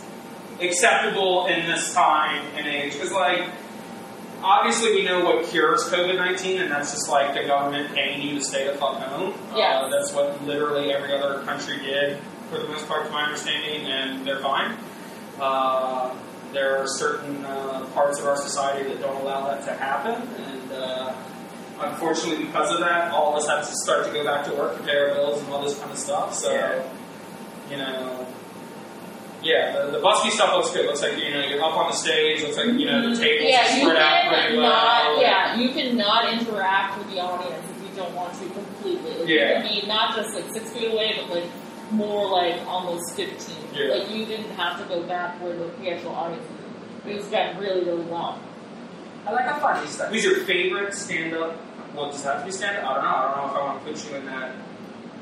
acceptable in this time and age because like obviously we know what cures COVID nineteen, and that's just like the government paying you to stay the fuck home. Yeah. uh, that's what literally every other country did for the most part, to my understanding, and they're fine. Uh, there are certain uh, parts of our society that don't allow that to happen, and uh, unfortunately, because of that, all of us have to start to go back to work, and pay our bills, and all this kind of stuff. So, Yeah. you know, yeah, the, the Busby stuff looks good. Looks like you know you're up on the stage. Looks like you know the tables are Mm-hmm. yeah, you spread out can pretty not. well. Yeah, you cannot interact with the audience if you don't want to completely. Like, Yeah. I mean, not just like six feet away, but like more like almost fifteen. Yeah. Like you didn't have to go back where the the actual audience. is. It was done really, really well. I like a funny stuff. Who's your favorite stand up? Well, does it have to be stand up? I don't know. I don't know if I want to put you in that.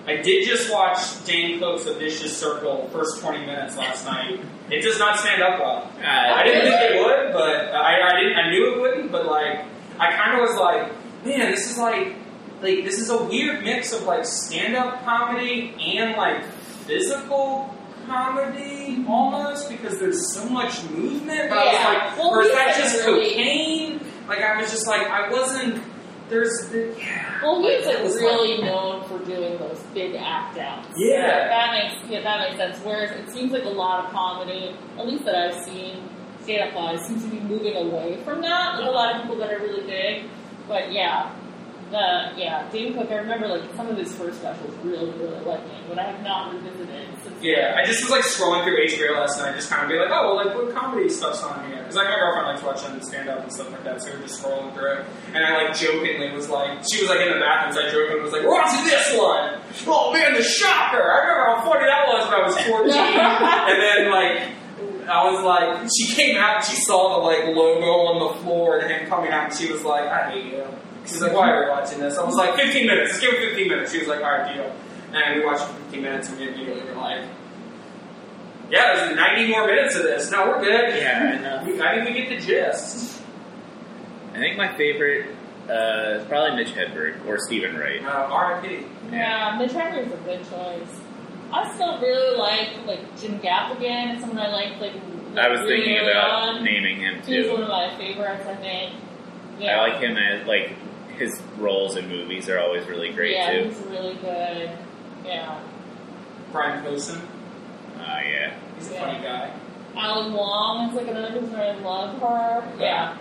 I did just watch Dane Cook's A Vicious Circle first 20 minutes last night. It does not stand up well. I uh, didn't think it would, but I, I didn't. I knew it wouldn't, but like, I kind of was like, man, this is like, like this is a weird mix of like stand up comedy and like physical comedy almost because there's so much movement. But I was yeah. like, well, or is we that said just really, cocaine? Like I was just like I wasn't. There's yeah. Well, Like, he's it was like like- really known for doing those big act outs. Yeah. Like, that makes yeah, that makes sense. Whereas it seems like a lot of comedy, at least that I've seen, stand up wise, seems to be moving away from that. Like a lot of people that are really big, but yeah, the yeah, Dane Cook. I remember like some of his first specials really really liking, but I have not revisited since. Yeah, I just was like scrolling through HBO last night, just kind of be like, oh, well, like what comedy stuff's on here? Because like my girlfriend likes watching stand up and stuff like that, so we were just scrolling through it. And I like jokingly was like, she was like in the bathroom, so I jokingly was like, we're watching this one! Oh man, the shocker! I remember how funny that was when I was 14. and then like, I was like, she came out and she saw the like logo on the floor and him coming out, and she was like, I hate you. She's like, why are we watching this? I was like, 15 minutes, just give it 15 minutes. She was like, alright, deal. And we watched it for 15 minutes and we immediately were like, yeah, there's 90 more minutes of this. No, we're good. yeah, I know. We, I think we get the gist. I think my favorite uh, is probably Mitch Hedberg or Stephen Wright. Uh, RIP. Yeah, Mitch Hedberg's a good choice. I still really like like Jim Gaffigan. Someone I like like. I was really thinking early about on. naming him He's one too. of my favorites, I think. Yeah. I like him as like his roles in movies are always really great yeah, too. he's really good. Yeah. Brian Wilson. Uh, yeah, He's a Yeah. funny guy. Alan Wong is like another person I love her. Yeah.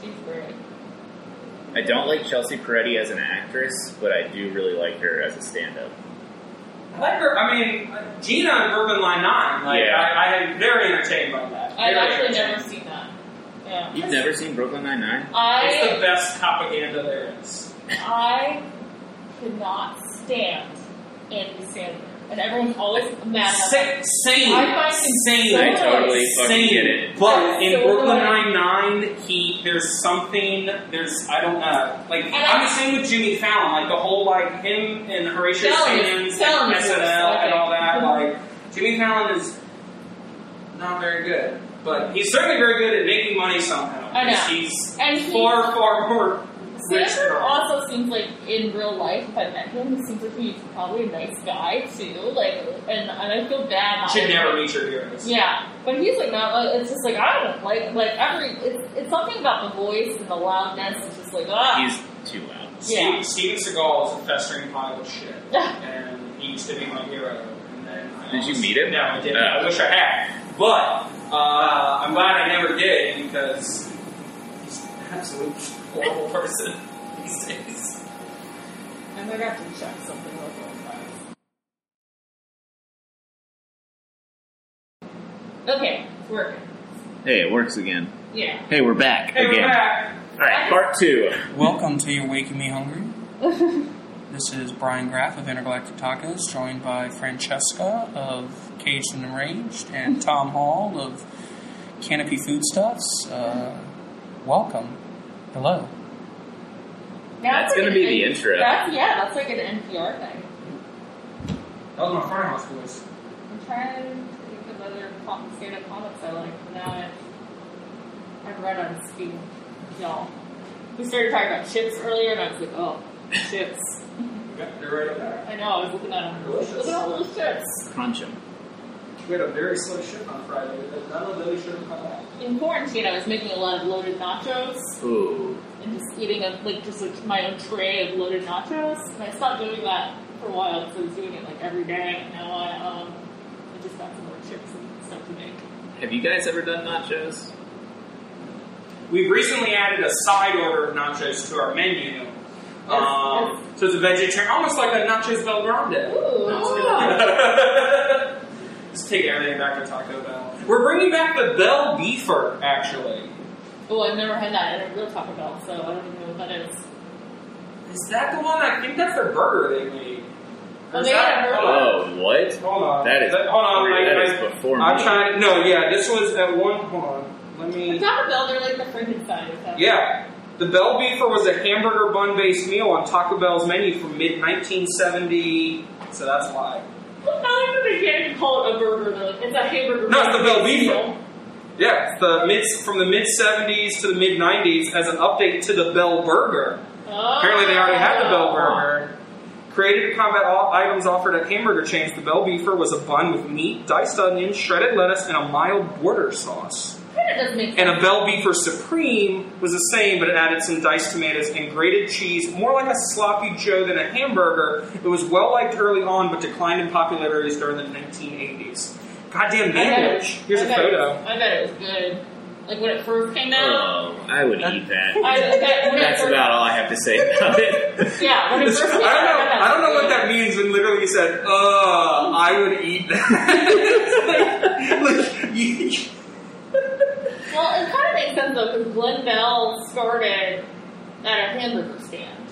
She's great. I don't like Chelsea Peretti as an actress, but I do really like her as a stand-up. I like her. I mean, Gina in Urban Line 9. Like, Yeah. I, I am very entertained by that. I've Very actually entertained. never seen that. Yeah. You've never seen Brooklyn Nine Nine? It's the I best propaganda there is. I could not stand Andy Sandler. And everyone's always mad about Sa- same. I find him same. so I totally Nice. fucking Same. get it. But in So Brooklyn Nine annoying. Nine, he there's something there's I don't know. Like And I'm I- the same with Jimmy Fallon. Like the whole like him and Horatio Fallon Sands is- and Fallon is SNL worse, and all okay. Mm-hmm. that. Like Jimmy Fallon is not very good, but he's certainly very good at making money somehow. I know. Because He's And he far far more. rich than Sandler all. also seems like in real life, if I met him, he seems like he's probably a nice guy too. Like, and, and I feel bad. not Should liking never meet your heroes. Yeah, but he's like not. Like, it's just like I don't like like every. It's, it's something about the voice and the loudness. It's just like ah. He's too loud. Yeah. Steve, Steven Seagal is a festering pile of shit, Yeah. and he used to be my hero. And then I Did you almost- meet him? No, I didn't. No. I wish I had, but uh, I'm glad I never did because he's an absolute horrible person these days. I might have to check something real quick. Okay, working. Hey, it works again. Yeah. Hey, we're back Hey, we're again. back. Alright, part two. Welcome to You're Waking Me Hungry. This is Brian Graff of Intergalactic Tacos, joined by Francesca of Caged and Enraged and Tom Hall of Canopy Foodstuffs. Uh, welcome. Hello. That's gonna be the intro. That's, yeah, that's like an NPR thing. That was my farmhouse voice. I'm trying to think of other com- stand-up comics I like, but now I've, I've read on speed. Y'all. We started talking about chips earlier, and I was like, oh, chips. We got they're right up there. I know, I was looking at them. Look at all those chips. Crunch them. We had a very slow ship on Friday. but None of those should have come out. In quarantine, I was making a lot of loaded nachos. Ooh. and just eating a, like just like my own tray of loaded nachos. And I stopped doing that for a while because I was doing it like every day. And now I um I just got some more chips and stuff to make. Have you guys ever done nachos? We've recently added a side order of nachos to our menu. Um, so it's a vegetarian, almost like a nachos Belgrande. Just take everything back to Taco Bell. We're bringing back the Bell Beefer, actually. Oh, I've never had that at a real Taco Bell, so I don't even know what that is. Is that the one? I think that's the burger they made. Oh, Is they that- had a burger. Hold on. Oh, what? Hold on. That is hold on. before- Wait, that wait. is before I'm me. trying. No, yeah, this was at one. Hold on. Let At me. Taco Bell, they're like the Frankenstein. Or something. Yeah. The Bell Beefer was a hamburger bun based meal on Taco Bell's menu from mid 1970. So that's why. Well, not even they can't even call it a burger. They're like, it's a hamburger. No, it's the Bell Beefer. Yeah, it's the mid from the mid 70s to the mid 90s as an update to the Bell Burger. Oh. Apparently, they already had the Bell Burger. Created to combat all items offered at hamburger chains, the Bell Beefer was a bun with meat, diced onions, shredded lettuce, and a mild border sauce. Kind of does make And a Bell Beefer Supreme was the same, but it added some diced tomatoes and grated cheese, more like a sloppy Joe than a hamburger. It was well liked early on, but declined in popularity during the 1980s. Goddamn I bet it manage. was- Here's I a bet it was- photo. I bet it was good. Like when it first came out. Oh, I would eat that. I, that, when it That's first- about all I have to say about it. Yeah, I when it don't first know. came out, I don't know what was that means when literally you said, "Uh, I would eat that." like, you, good. Well, it kind of makes sense though, because Glenn Bell started at a hamburger stand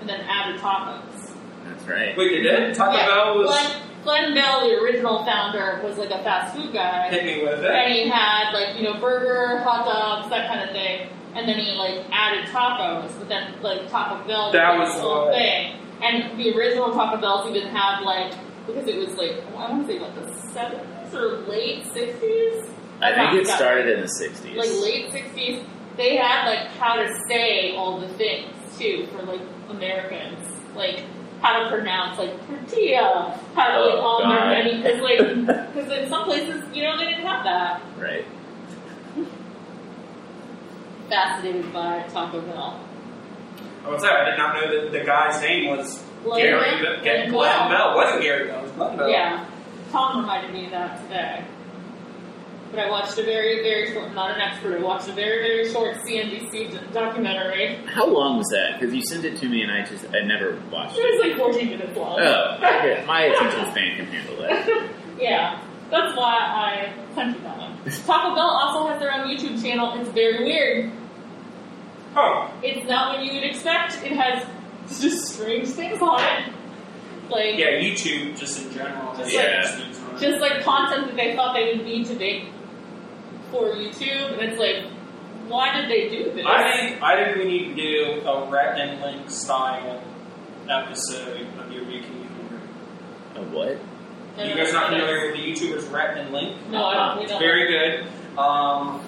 and then added tacos. That's right. wait, you did? Taco yeah. Bell was Glenn, Glenn Bell, the original founder, was like a fast food guy, hit me with it. and he had like you know burger, hot dogs, that kind of thing, and then he like added tacos, but then like Taco Bell did That this was whole why. thing, and the original Taco Bells even had like because it was like I want to say what the seventies or late sixties. I think it started in the 60s. like late sixties, they had like how to say all the things too for like Americans, like how to pronounce like tortilla, how to like Oh, all their God. many because like because in some places you know they didn't have that. Right. Fascinated by Taco Bell, I was there. I did not know that the guy's name was Glenn- Gary Be- Glenn Glenn Bell. Bell. It wasn't Gary Bell. It was Glenn Bell. Yeah, Tom reminded me of that today. But I watched a very, very short, not an expert, I watched a very, very short CNBC d- documentary. How long was that? Because you sent it to me and I just, I never watched It it. was like 14 minutes long. Oh, okay. my attention span can handle that. Yeah, that's why I sent you that one. Taco Bell also has their own YouTube channel. It's very weird. Huh. It's not what you would expect. It has just strange things on it, like Yeah, YouTube just in general. Just like- yeah. Like, just like content that they thought they would need to make for YouTube, and it's like, why did they do this? I think I think we need to do a Rhett and Link style episode of your Making Hungry. A Uh, what? No, You no, guys no, not no. familiar with the YouTubers Rhett and Link? No, I don't. We It's don't. very good. Um,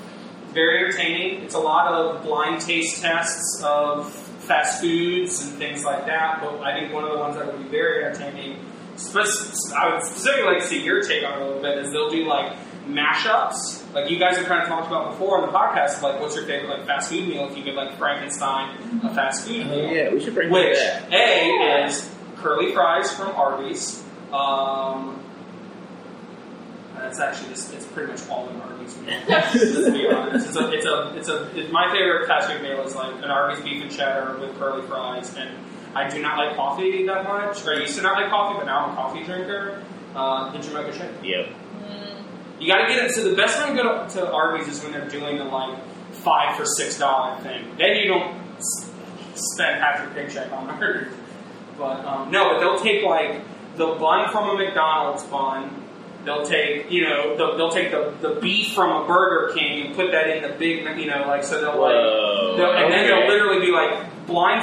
very entertaining. It's a lot of blind taste tests of fast foods and things like that. But I think one of the ones that would be very entertaining, spe- I would specifically like to see your take on it a little bit, is they'll do like mashups. Like you guys have kind of talked about before on the podcast, like what's your favorite like fast food meal? If you could like Frankenstein a fast food meal, yeah, we should bring that which back. A is curly fries from Arby's. Um, that's actually just, it's pretty much all an Arby's meal. to be honest, it's a, it's a, it's a it's my favorite fast food meal is like an Arby's beef and cheddar with curly fries. And I do not like coffee that much. Or I used to not like coffee, but now I'm a coffee drinker. Uh, the Jamaica shake. Yep. Mm, You gotta get it. So the best way to go to, to Arby's is when they're doing the like five for six dollar thing. Then you don't s- spend half your paycheck on burgers. But um, no, but they'll take like the bun from a McDonald's bun. They'll take you know they'll, they'll take the, the beef from a Burger King and put that in the big you know like so they'll like Whoa. They'll- and then they'll okay. literally be like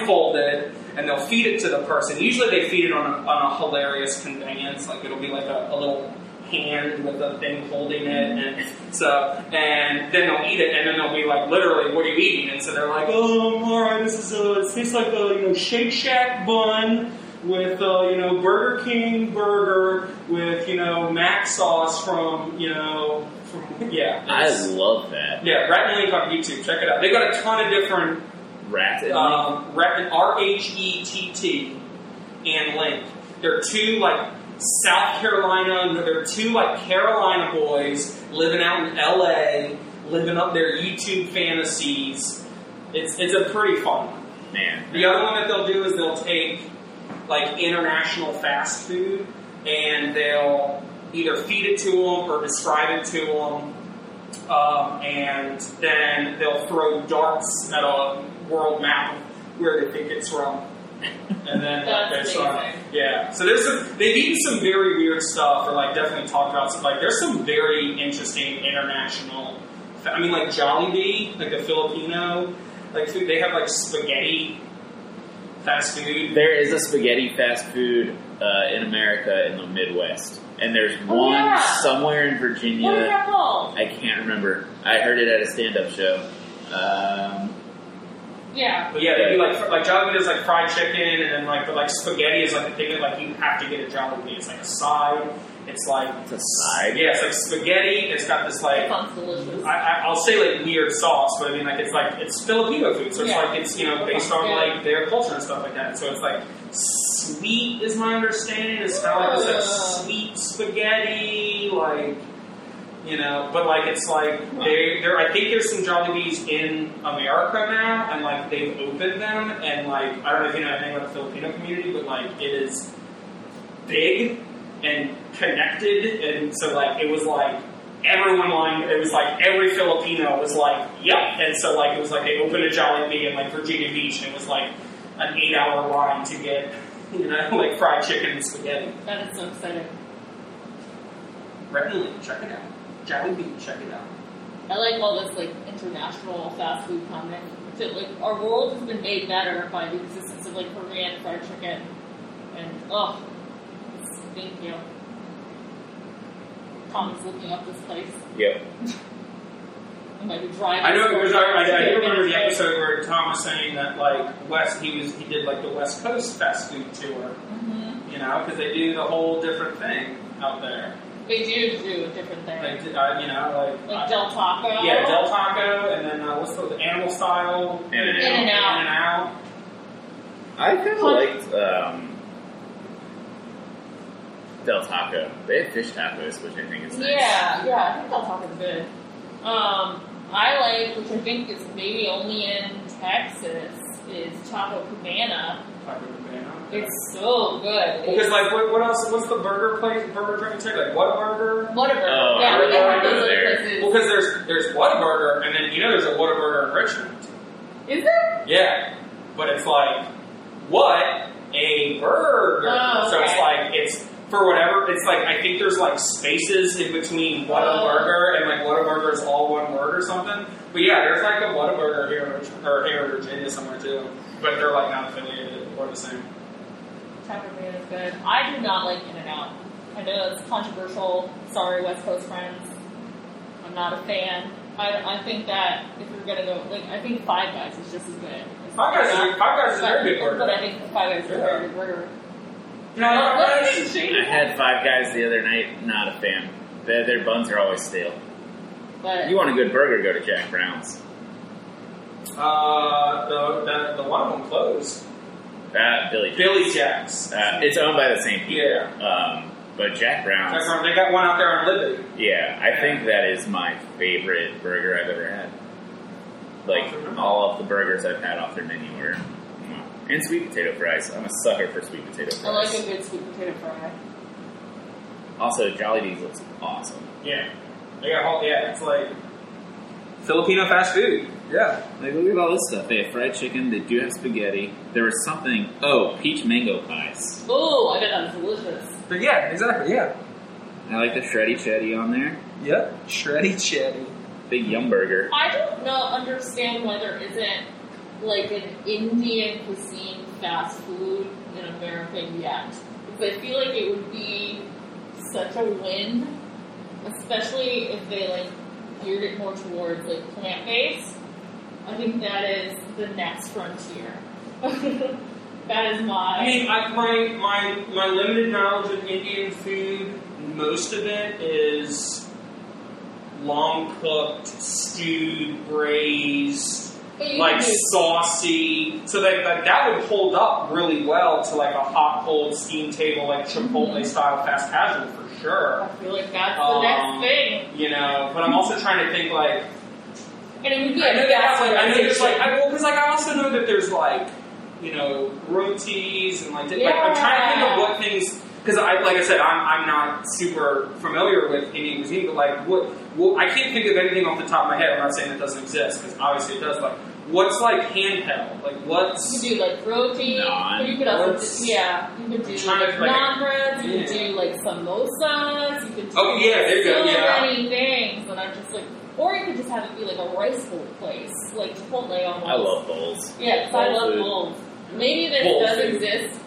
blindfolded and they'll feed it to the person. Usually they feed it on a, on a hilarious conveyance, like it'll be like a, a little hand with a thing holding it, and so and then they'll eat it, and then they'll be like, literally, what are you eating? And so they're like, oh, I'm all right, this is a it tastes like a you know Shake Shack bun. With uh, you know Burger King burger with you know mac sauce from you know from yeah I love that. yeah, Rat and Link on YouTube. Check it out. They got a ton of different Rat and Link. um, Rat R H E T T and Link. They're two like South Carolina. They're two like Carolina boys living out in L.A. living up their YouTube fantasies. It's it's a pretty fun. one. man. The other one that they'll do is they'll take like international fast food and they'll either feed it to them or describe it to them, um, and then they'll throw darts at a world map where they think it's from. And then like, That's based on- amazing. yeah. So there's some they've eaten some very weird stuff, or like definitely talked about some like there's some very interesting international. I mean, like Jollibee, like the Filipino, like food. They have like spaghetti fast food. There is a spaghetti fast food uh, in America in the Midwest, and there's Oh, one yeah. Oh, somewhere in What is Virginia. that called? I can't remember. I heard it at a stand-up show. Um, Yeah. But yeah, they do like fr- like Jollibee does like fried chicken, and then like but like spaghetti is like the thing that like you have to get at Jollibee. It's like a side. It's like it's a side. yeah, it's like spaghetti. It's got this like That sounds delicious. I, I, I'll say like weird sauce, but I mean like it's like it's Filipino food, so it's Yeah. like it's you know based on Yeah. like their culture and stuff like that. So it's like sweet is my understanding. It's kind of like Yeah. this like sweet spaghetti, like you know, but like it's like they there. I think there's some Jollibees in America now, and like they've opened them, and like I don't know if you know anything about the Filipino community, but like it is big and connected, and so like it was like everyone lined. It was like every Filipino was like, "Yep," and so like it was like they opened a Jollibee in like Virginia Beach, and it was like an eight-hour line to get you know like fried chicken and spaghetti. That is so exciting. Red Link, check it out. Jollibee, check it out. I like all this like international fast food comment. That, like our world has been made better by the existence of like Korean fried chicken and oh, thank you. Tom's looking up this place. Yep. I might be driving. I know it was. I, I, I do remember the episode where Tom was saying that like West, he was he did like the West Coast fast food tour, hmm you know, because they do the whole different thing out there. They do do a different thing, Like like, uh, you know, like. uh, Del Taco. yeah, Del Taco, and then uh, what's the the animal style? In and In and out. In-N-Out. I kind of Huh. liked um, Del Taco. They have fish tacos, which I think is nice. Yeah, yeah, I think Del Taco's good. Um, I like, which I think is maybe only in Texas, is Taco Cabana. Taco Cabana. It's so good. Because It's like, what, what else? What's the burger place? Burger joint take like Whataburger. Whataburger. Oh, yeah, I we can really wanna have those go other there. Well, places. because there's there's Whataburger, and then you know there's a Whataburger in Richmond. Is there? Yeah, but it's like what a burger. Oh, So it's okay. like it's for whatever. It's like I think there's like spaces in between Oh. Whataburger and like Whataburger is all one word or something. But yeah, there's like a Whataburger here in Richmond, or here in Virginia somewhere too. But they're like not affiliated or the same. Taco Cabana is good. I do not like In and Out. I know it's controversial. Sorry, West Coast friends. I'm not a fan. I, I think that if you're gonna go, like, I think Five Guys is just as good. Five Guys, is, Five Guys is a very good But- But I burger. think Five Guys is a very good burger. You know, I- I- What is it, I had five guys the other night. Not a fan. Their, their buns are always stale. But You want a good burger? Go to Jack Brown's. Uh, the, the, the one of them closed. Uh, Billy. Jack. Billy Jacks. Uh, it's owned by the same people. Yeah. Um, but Jack That's Brown's. right, They got one out there on Liberty. Yeah, I think that is my favorite burger I've ever had. Like all of the burgers I've had off their menu were, and sweet potato fries. I'm a sucker for sweet potato fries. I like a good sweet potato fry. Also, Jollibee's looks awesome. Yeah. They got all, yeah, it's like Filipino fast food. Yeah. Like, look at all this stuff. They have fried chicken. They do have spaghetti. There was something. Oh, peach mango pies. Oh, I bet that's delicious. But yeah, exactly. Yeah. I like the shreddy chetty on there. Yep. Shreddy chatty. Big yum burger. I don't know, understand why there isn't like an Indian cuisine fast food in America yet. Because I feel like it would be such a win, especially if they like geared it more towards like plant based. I think that is the next frontier. that is my. I mean, I, my my my limited knowledge of Indian food, most of it is long cooked, stewed, braised, but you like can do- saucy. So that, that that would hold up really well to like a hot cold steam table, like Mm-hmm. Chipotle style fast casual for sure. I feel like that's the Um, next thing, You know, but I'm also trying to think like and it would be I know a they have, fast like, food. I know there's like, I, well, because like I also know that there's like, you know, rotis and like, di- like I'm trying to think of Yeah. what things because I like I said I'm I'm not super familiar with Indian cuisine, but like what, well I can't think of anything off the top of my head. I'm not saying it doesn't exist because obviously it does. Like what's like handheld? Like You what's could do like roti, Naan. but you could also What's- do, yeah, you could do Trying to, like like, naan breads, you could yeah. do like samosas, you could do Oh, yeah, there you go, so yeah. many things, and I'm just like, or you could just have it be like a rice bowl place, like Chipotle almost. I love bowls. Yeah, 'cause I bowl love food. bowls. Maybe this Bowl does food. exist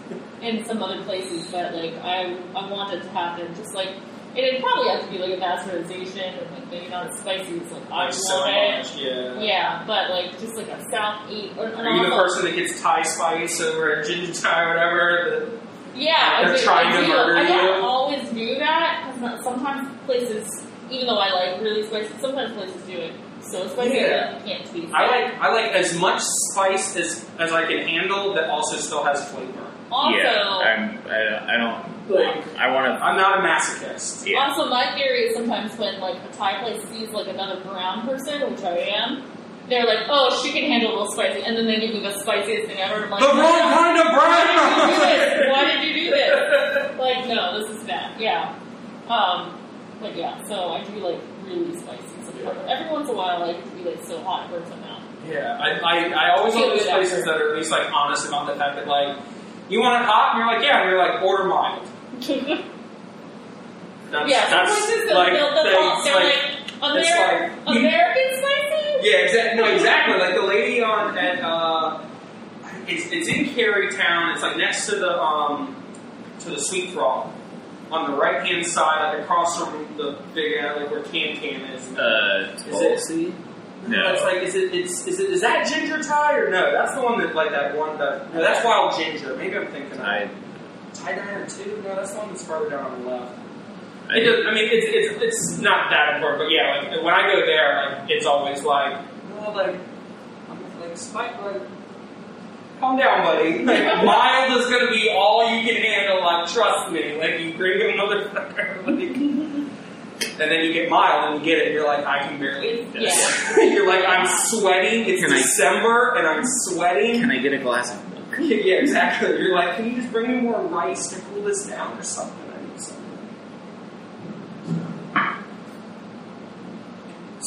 in some other places, but like I, I want it to happen. Just like it'd probably have to be like a bastardization, and like maybe not as spicy. It's like I like love so it. much? Yeah. Yeah, but like just like a South Eat or an Are you the person that gets Thai spice over ginger Thai or whatever? Yeah, I They're do, trying I to do. murder I don't you? always do that because sometimes places, even though I like really spicy, sometimes places do it so spicy Yeah. that you can't taste I it. like I like as much spice as as I can handle that also still has flavor. Also, yeah, I'm, I, I don't. Like- I want I'm not a masochist. to. Yeah. also my theory is sometimes when like a Thai place sees like another brown person, which I am, they're like, oh, she can handle a little spicy, and then they give me the spiciest thing ever. and I'm like, The "No, wrong kind no, of Why did brown. you do this? Why did you do this? Like, no, this is bad. Yeah. Um, but yeah, so I do like really spicy sometimes. Every once in a while, I like to be like so hot it burns my mouth. Yeah, I, I, I always love those places that are at least like honest about the fact that like you want it hot and you're like yeah and you're like order mild. That's, yeah, some that's places that like, build them up, they- they're like, like, it's Amer- like- American spicy? yeah exactly no exactly like the lady on at uh it's, it's in Carytown it's like next to the um to the sweet frog on the right hand side like across from the big alley where Can Can is. Uh, Is it- Tulsi? No, No. it's like is it it's is it is that ginger Thai or no? That's the one that like that one that no, that's wild ginger. Maybe I'm thinking of I, Thai diner too. No, that's the one that's farther down on the left. I It does, I mean, it's, it's it's not that important, but yeah, like when I go there, like it's always like well, like I'm like spike like. Calm down, buddy. Like, mild is gonna be all you can handle. Like, trust me. Like, you bring a motherfucker, like, and then you get mild and you get it. You're like, I can barely It's- Yeah. yeah. You're like, I'm sweating. It's Can I- December and I'm sweating. Can I get a glass of milk? yeah, exactly. You're like, can you just bring me more rice to cool this down or something? I need something.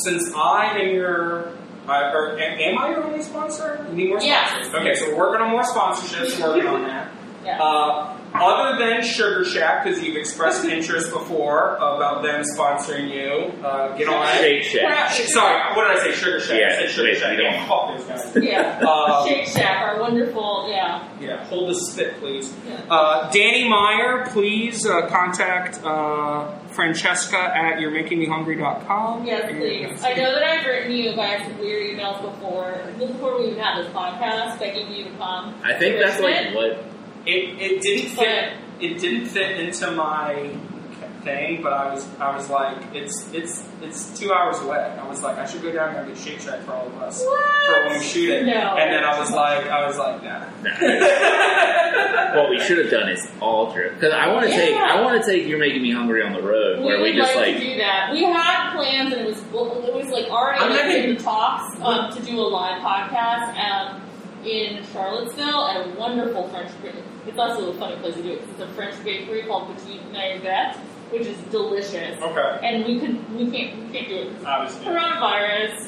Since I am your, uh, or a- am I your only sponsor? You need more Yes. sponsors. Okay, so we're working on more sponsorships. Working on that. Yeah. Uh, other than Sugar Shack, because you've expressed interest before about them sponsoring you, uh, get on it. Shake Shack. Sh- Sorry, what did I say? Sugar Shack. I Yeah, said Sugar wait, Shack. you Yeah, fuck those guys. yeah. Uh, Shake Shack, our wonderful, yeah. yeah, hold the spit, please. yeah. Uh, Danny Meyer, please uh, contact uh, Francesca at you'remakingmehungry.com. Yes, And- please. I know that I've written you guys some weird emails before, before we even had this podcast, begging you to come. I think that's like what. It, it didn't fit. It didn't fit into my thing, but I was I was like, it's it's it's two hours away. I was like, I should go down there and get Shake Shack for all of us for when we What? shoot it. No. And then I was like, I was like, nah. Nah. what we should have done is all trip because I want to Yeah. take. I want to take. You're making me hungry on the road, We where we would just like, like to do that. We had plans, and it was bu- it was like already I'm like, not in the talks um, to do a live podcast um, in Charlottesville at a wonderful French. ba- It's also a funny place to do it. 'cause It's a French bakery called Petite Naivette, which is delicious, Okay. and we could we can't we can't do it. Obviously. Coronavirus.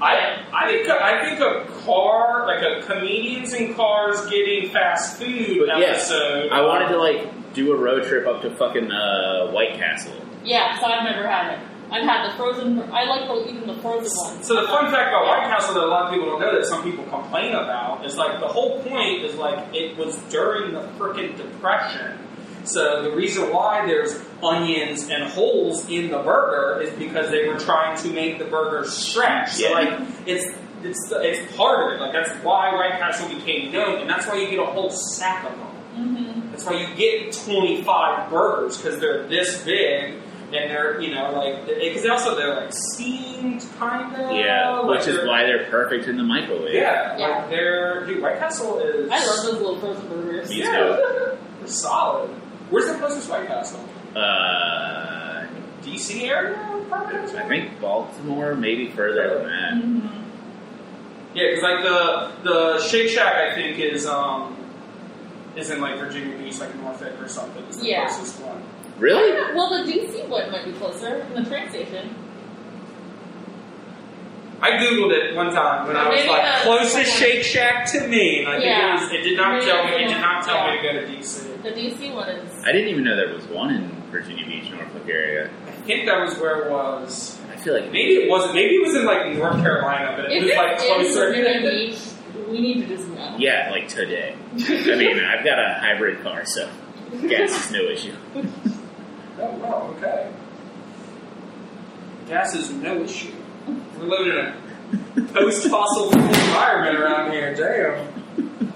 I I think a, I think a car like a comedians in cars getting fast food But yes, episode. I wanted to like do a road trip up to fucking uh, White Castle. Yeah, so I've never had it. I've had the frozen. I like the, even the frozen ones. So the fun fact about White Castle that a lot of people don't know that some people complain about is like the whole point is like it was during the frickin' depression. So the reason why there's onions and holes in the burger is because they were trying to make the burger stretch. So Yeah. like it's it's the- it's part of it. Like that's why White Castle became known, and that's why you get a whole sack of them. Mm-hmm. That's why you get 25 burgers because they're this big and they're, you know, like, because also they're like steamed kind of. Yeah, like which is they're- why they're perfect in the microwave. Yeah, Yeah. like they're, dude, White Castle is. I love those little frozen burgers. Me Yeah, they're solid. Where's the closest White Castle? Uh, DC area? Probably. I think Baltimore, maybe further than that. Mhm. Yeah, because like the the Shake Shack, I think is um is in like Virginia Beach, like Norfolk or something. Is the Yeah. closest one. Really? Well, the DC one might be closer from the train station. I googled it one time when I was Maybe like that's- closest Shake Shack to me. And I Yeah. think it, was, it did not tell me. It did not tell me Yeah. to go to DC. The DC one is. I didn't even know there was one in Virginia Beach, Norfolk area. I think that was where it was. I feel like Maybe it wasn't. Maybe it was in like North Carolina, but it If was it like is Virginia closer. Beach, we need to just know. Yeah, like today. I mean, I've got a hybrid car, so gas is no issue. Oh wow, okay. Gas is no issue. We're living in a post-fossil fuel environment around here. Damn.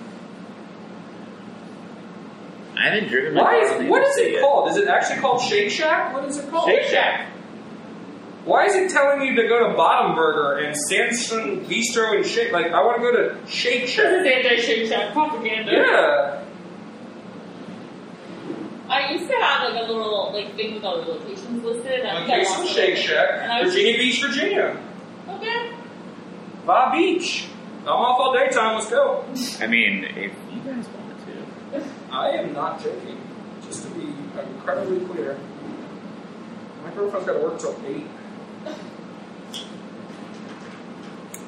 I haven't driven my Why car in is the what is interstate it yet. called? Is it actually called Shake Shack? What is it called? Shake Shack. Why is it telling you to go to Bottom Burger and Sanson Bistro and Shake? Like, I want to go to Shake Shack. anti-Shake Shack propaganda. Yeah. I used to have like a little like thing with all the locations listed. And I think I Okay, so lost Shake it. Shack, And I was- Virginia Beach, Virginia. Okay. Bob Beach. I'm off all day time. Let's go. I mean, if you guys wanted to. I am not joking. Just to be incredibly clear, my girlfriend's got to work till eight.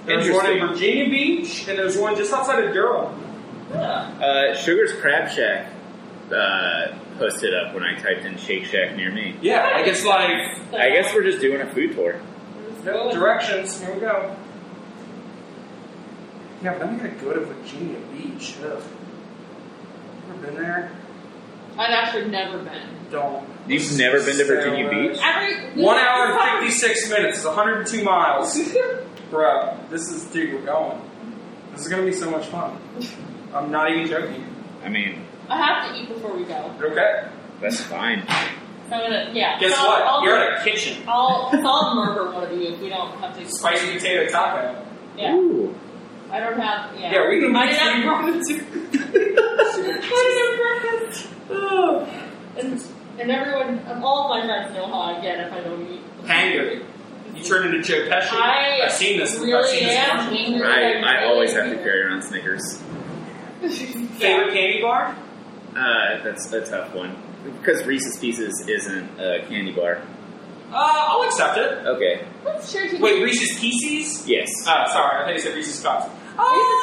There's one in Interesting. Virginia Beach, and there's one just outside of Durham. Yeah. Uh, Sugar's Crab Shack uh, posted up when I typed in Shake Shack near me. Yeah, like it's like I guess we're just doing a food tour. no directions. Here we go. Yeah, but I'm gonna go to Virginia Beach. Ugh. Ever been there? I've actually never been. Don't. You've never been to Stay Virginia away. Beach? Every One hour and 56 minutes is 102 miles. Bro, this is, dude, we're going. This is gonna be so much fun. I'm not even joking. I mean, I have to eat before we go. Okay? that's fine. So I'm gonna yeah. Guess so what? I'll, You're in a kitchen. I'll so I'll murder one of you if we don't have to. Spicy potato taco. Yeah. Ooh. I don't have yeah. Yeah, we can I make didn't some- have breakfast. and, and everyone, and all of my friends know how I get if I don't eat. Hangry. You turn into Joe Pesci. I have seen this. really I've seen this am commercial. hangry. I, I always have to carry around Snickers. Favorite candy bar? Uh, that's a tough one. Because Reese's Pieces isn't a candy bar. Uh, I'll accept it. Okay. Let's share together. Wait, Reese's Pieces? Yes. Oh, sorry, I thought you said Reese's Cups. Reese's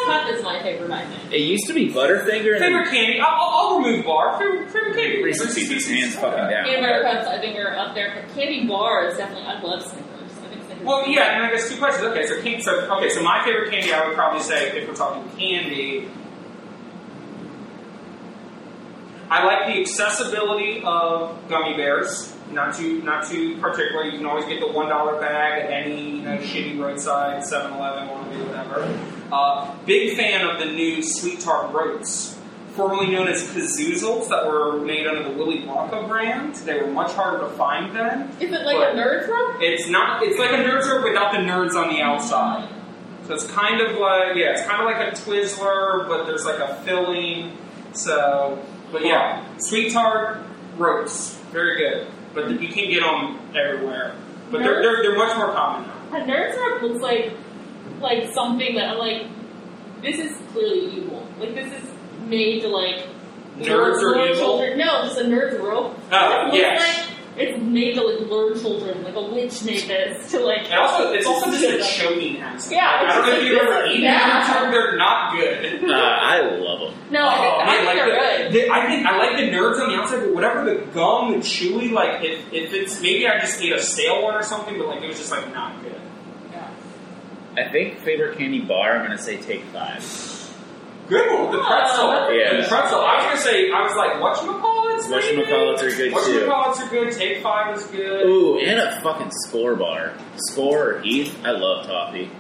Cup is my favorite, I think. It used to be Butterfinger and Favorite then candy? I'll, I'll I'll remove bar. Favorite, favorite candy? Reese's Pieces hands Okay. fucking down. Peanut butter cups, I think, are up there. But candy bar is definitely. I love Snickers. I think Snickers. Well, yeah, and I guess two questions. Okay, so can, so okay, so my favorite candy, I would probably say, if we're talking candy, I like the accessibility of gummy bears. Not too, not too particular. You can always get the one dollar bag at any you know, shitty roadside 7-Eleven, Wannabe, whatever. Uh, big fan of the new sweet tart roads. Formerly known as Kazoozles, that were made under the Willy Wonka brand. They were much harder to find then. Is it like What? a nerd rope? It's not. It's like a nerd rope without the nerds on the outside. So it's kind of like yeah, it's kind of like a Twizzler, but there's like a filling. So, but yeah, sweet tart ropes, very good. But you can get them everywhere. But they're they're, they're much more common now. A nerd rope looks like like something that I'm like. This is clearly evil. Like this is made to like Nerds are lure evil. Children. No, just a nerd's rope. Oh It looks yes, like It's made to like lure children. Like a witch made this to like. And also, it's also just a Yeah. choking hazard. Yeah, Like, I don't know if it's you've ever just- eaten yeah. them. They're not good. Uh, I love them. No, I think, Oh, I think like they're the, good. the- I think I like the nerds on the outside, but whatever the gum, the chewy, like if, if it's maybe I just ate a stale one or something, but like it was just like not good. I think favorite candy bar. I'm gonna say take five. Good one, the pretzel. Oh, yeah. The pretzel. I was gonna say, I was like, whatchamacallits? maybe? Whatchamacallits are good too. Whatchamacallits are good. Take five is good. Ooh, and a fucking score bar. Score or Heath. I love toffee,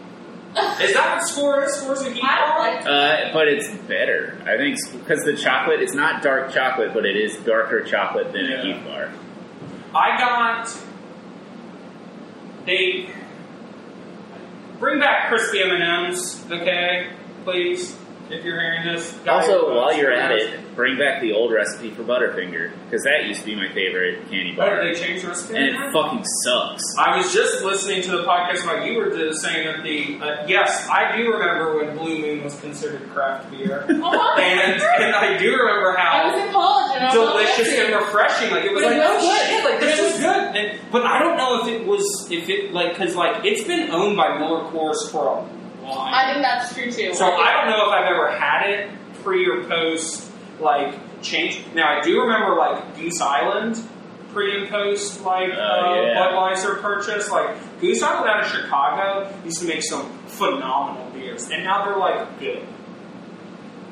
Is that what score is? Score's a heat I bar? like uh, but it's better. I think because the chocolate. It's not dark chocolate, but it is darker chocolate than Yeah. a Heath bar. I got they bring back crispy M and M's, okay? Please, if you're hearing this. Guys, Also, uh, while you're at it, bring back the old recipe for Butterfinger because that used to be my favorite candy Oh, bar, did they change the recipe? and it fucking sucks. I was just listening to the podcast about you were just saying that the uh, yes, I do remember when Blue Moon was considered craft beer, and Uh-huh. and I do remember I how was in college and I was delicious like, and refreshing. Like it was But like it oh was good. shit, like But this it is was- good. And, but I don't know if it was if it like because like it's been owned by Miller Coors for a while. I think that's true too. So I don't know if I've ever had it pre or post like change. Now I do remember like Goose Island pre and post like Oh, uh, yeah. Budweiser purchase. Like Goose Island out of Chicago used to make some phenomenal beers, and now they're like good.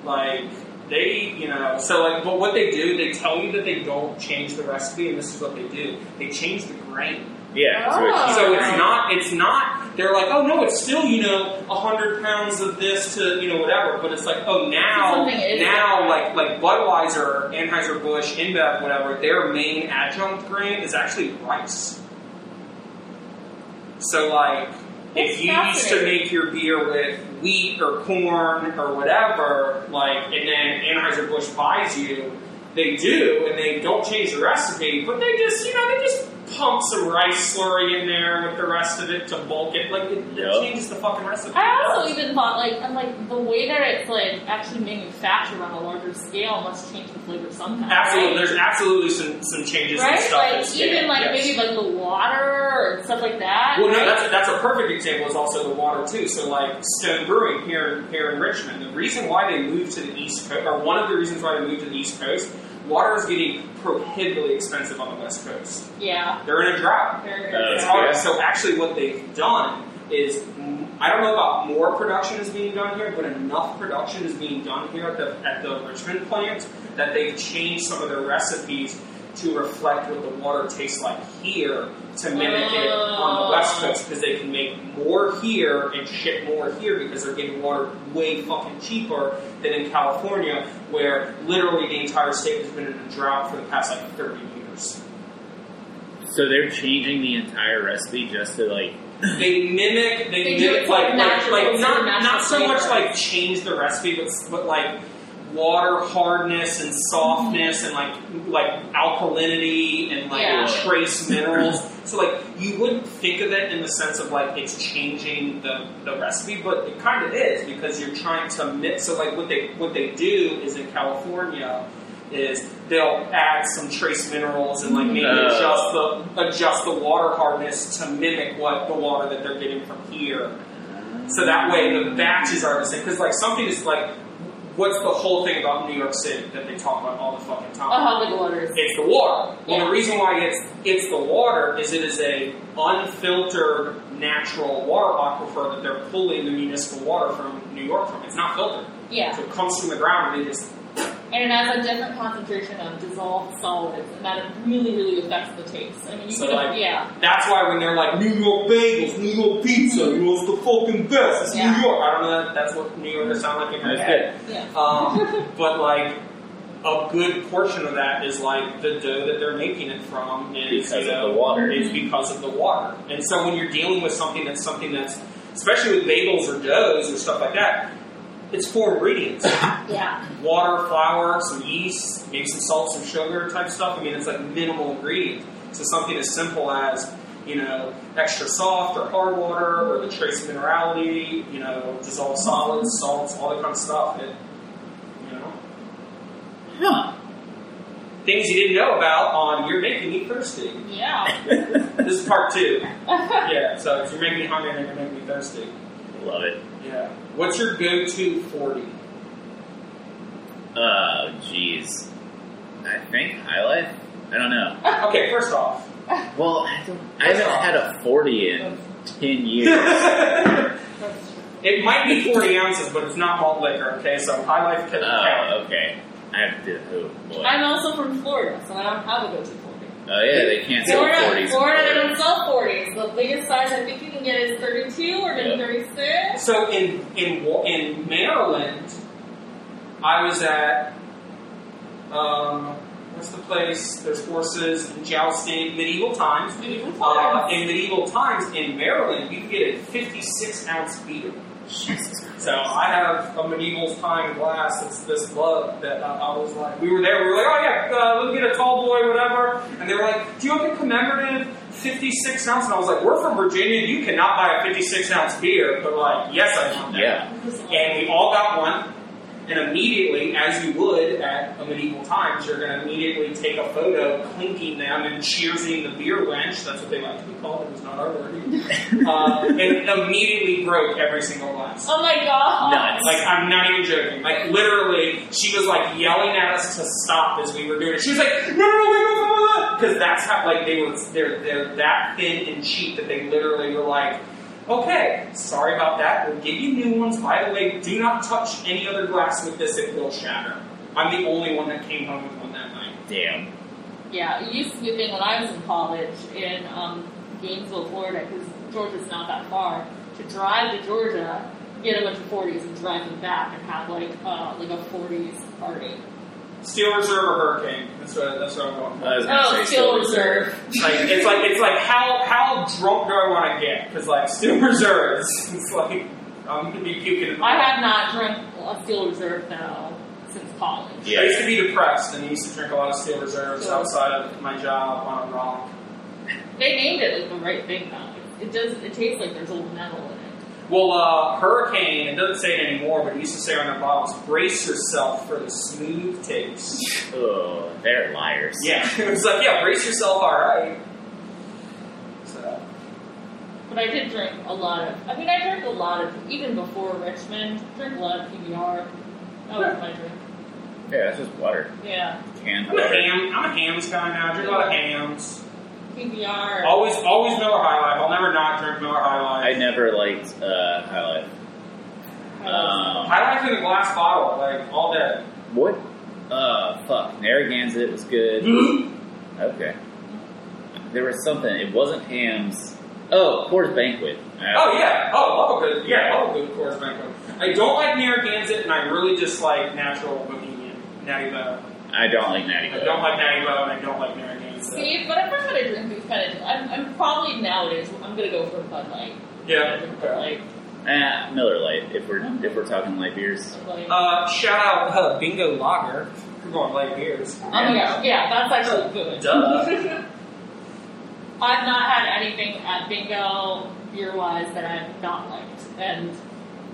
Like they, you know, so like, but what they do, they tell you that they don't change the recipe, and this is what they do: they change the grain. Yeah, it's what- Oh. So it's not, it's not, they're like, oh no, it's still, you know, a hundred pounds of this to, you know, whatever, but it's like, oh now, Something is- now, like, like Budweiser, Anheuser-Busch, InBev, whatever, their main adjunct grain is actually rice. So like, It's if you used to fascinating. make your beer with wheat or corn or whatever, like, and then Anheuser-Busch buys you, they do, and they don't change the recipe, but they just, you know, they just pump some rice slurry in there with the rest of it to bulk it. Like, it, it Yep. changes the fucking recipe. I also even thought like I'm like the way that it's like actually manufactured on a larger scale must change the flavor somehow. absolutely, right? there's absolutely some, some changes in right? stuff. Like that's even scale, like yes. maybe like the water and stuff like that. Well, no, right? that's, that's a perfect example. Is also the water too. So, like Stone Brewing here here in Richmond, the reason why they moved to the East Coast, or one of the reasons why they moved to the East Coast, water is getting prohibitively expensive on the West Coast. yeah. They're in a drought. Very, Uh, very It's Yeah. hard. So, actually, what they've done is, mm, I don't know about more production is being done here, but enough production is being done here at the at the Richmond plant that they've changed some of their recipes to reflect what the water tastes like here to mimic it on the West Coast because they can make more here and ship more here because they're getting water way fucking cheaper than in California, where literally the entire state has been in a drought for the past like 30 years. So they're changing the entire recipe just to like. They mimic, they, They do mimic it like, like like, natural- like not, natural not so much flavor. like change the recipe, but, but like water hardness and softness and like like alkalinity and like Yeah. trace minerals. So like you wouldn't think of it in the sense of like it's changing the, the recipe, but it kind of is because you're trying to mix. So like what they what they do is in California is they'll add some trace minerals and like maybe Uh. adjust the adjust the water hardness to mimic what the water that they're getting from here. So that way the batches are the same. Because like something is like, what's the whole thing about New York City that they talk about all the fucking time? Oh, how big water is. It's the water. Well, Yeah. the reason why it's it's the water is it is a unfiltered natural water aquifer that they're pulling the municipal water from New York from. It's not filtered, Yeah. so it comes from the ground and they just And it has a different concentration of dissolved solids, and that really, really affects the taste. I mean, you So, could, like- yeah, That's why when they're like New York bagels, New York pizza, you know, it's the fucking best. It's Yeah. New York. I don't know. That, that's what New Yorkers sound like in my That's head. good. yeah. Um, but like a good portion of that is like the dough that they're making it from is Because of you know, the water. Is because of the water. And so when you're dealing with something that's something that's especially with bagels or doughs or stuff like that, it's four ingredients: Yeah. water, flour, some yeast, maybe some salt, some sugar type stuff. I mean, it's like minimal ingredients. So something as simple as you know extra soft or hard water or the trace minerality, you know dissolved solids, salts, all that kind of stuff. It, you know. Huh. things you didn't know about on You're Making Me Thirsty. Yeah. This is part two. Yeah, so if you're making me hungry and you're making me thirsty. Love it. Yeah. What's your go to 40? Oh, jeez. I think High Life? I don't know. Okay, first off. Well, I, don't, I haven't had a 40 in 10 years. it That's true. might be 40 ounces, but it's not malt liquor, okay? So high life can count. oh, okay. I have to do, oh boy. I'm also from Florida, so I don't have a go-to 40. Oh yeah, they can't sell Florida, 40s. in Florida, they Florida. don't sell 40s. The biggest size I think you can get is 32 or maybe Yeah. 36. So in, in, Wa- in Maryland, I was at, um, what's the place? There's horses and jousting, medieval times. Medieval Uh, times. in medieval times in Maryland, you could get a 56 ounce beer. So I have a medieval time glass that's this lug that I, I was like, we were there, we were like, oh yeah, uh, we'll get a tall boy, whatever. And they were like, do you have a commemorative 56 ounce? And I was like, we're from Virginia, you cannot buy a 56 ounce beer. But like, yes, I want that. Yeah. And we all got one. And immediately, as you would at a medieval times, you're going to immediately take a photo, clinking them and cheersing the beer wench. That's what they like to be called. It was not our word. uh, and immediately broke every single glass. Oh my god. Nuts. Like, I'm not even joking. Like, literally, she was like yelling at us to stop as we were doing it. She was like, no, no, no, wait, wait, wait, wait, Because that's how, like, they were, they're, they're that thin and cheap that they literally were like, okay, sorry about that. We'll give you new ones. By the way, do not touch any other glass with this, it will shatter. I'm the only one that came home with one that night. Damn. Yeah, it used to be a thing when I was in college in um, Gainesville, Florida, because Georgia's not that far, to drive to Georgia, get a bunch of 40s and drive them back and have like uh, like a 40s party. Steel Reserve or Hurricane? That's what, that's what I'm going for. I was gonna Oh, say Steel Silver Reserve. Like, it's like it's like how how drunk do I want to get? Because like still reserves. It's like I'm gonna be puking. in my- I have not drunk a Steel Reserve now since college. I Yeah. used to be depressed and used to drink a lot of steel reserves Yeah. outside of my job on a rock. They named it like the right thing though. It does. It tastes like there's old metal in it. Well, uh, Hurricane, it doesn't say it anymore, but it used to say on their bottles, brace yourself for the smooth taste. Oh, they're liars. Yeah. it was like, yeah, brace yourself alright. So, But I did drink a lot of. I mean, I drank a lot of even before Richmond. Drink a lot of PBR. That was my drink. Yeah, that's just water. Yeah, Canned I'm a water. ham. I'm a hams guy now. I drink a lot of hams. PBR. Always, always Miller High Life. I'll never not drink Miller High Life. I never liked uh, High Life. uh, Um, I like in a glass bottle, like all day. what? Uh, fuck. Narragansett was good. Mm-hmm. Okay. There was something. It wasn't hams. Oh, Coors Banquet. Oh yeah. Oh, love a good. Yeah, love a good Coors Banquet. I don't like Narragansett, and I really dislike natural Bohemian Natty Bow. I don't like Natty I Coke. don't like Natty Bow, and I don't like Narragansett. See, but if I'm gonna drink these kind of, I'm, I'm probably nowadays I'm gonna go for Bud Light. Yeah. Bud okay. Light. Ah, Miller Lite. If we're if we're talking light beers, Bud Light. Uh, shout out uh, Bingo Lager. We're going light beers. oh my gosh, yeah, that's actually good. Duh. I've not had anything at bingo beer wise that I've not liked, and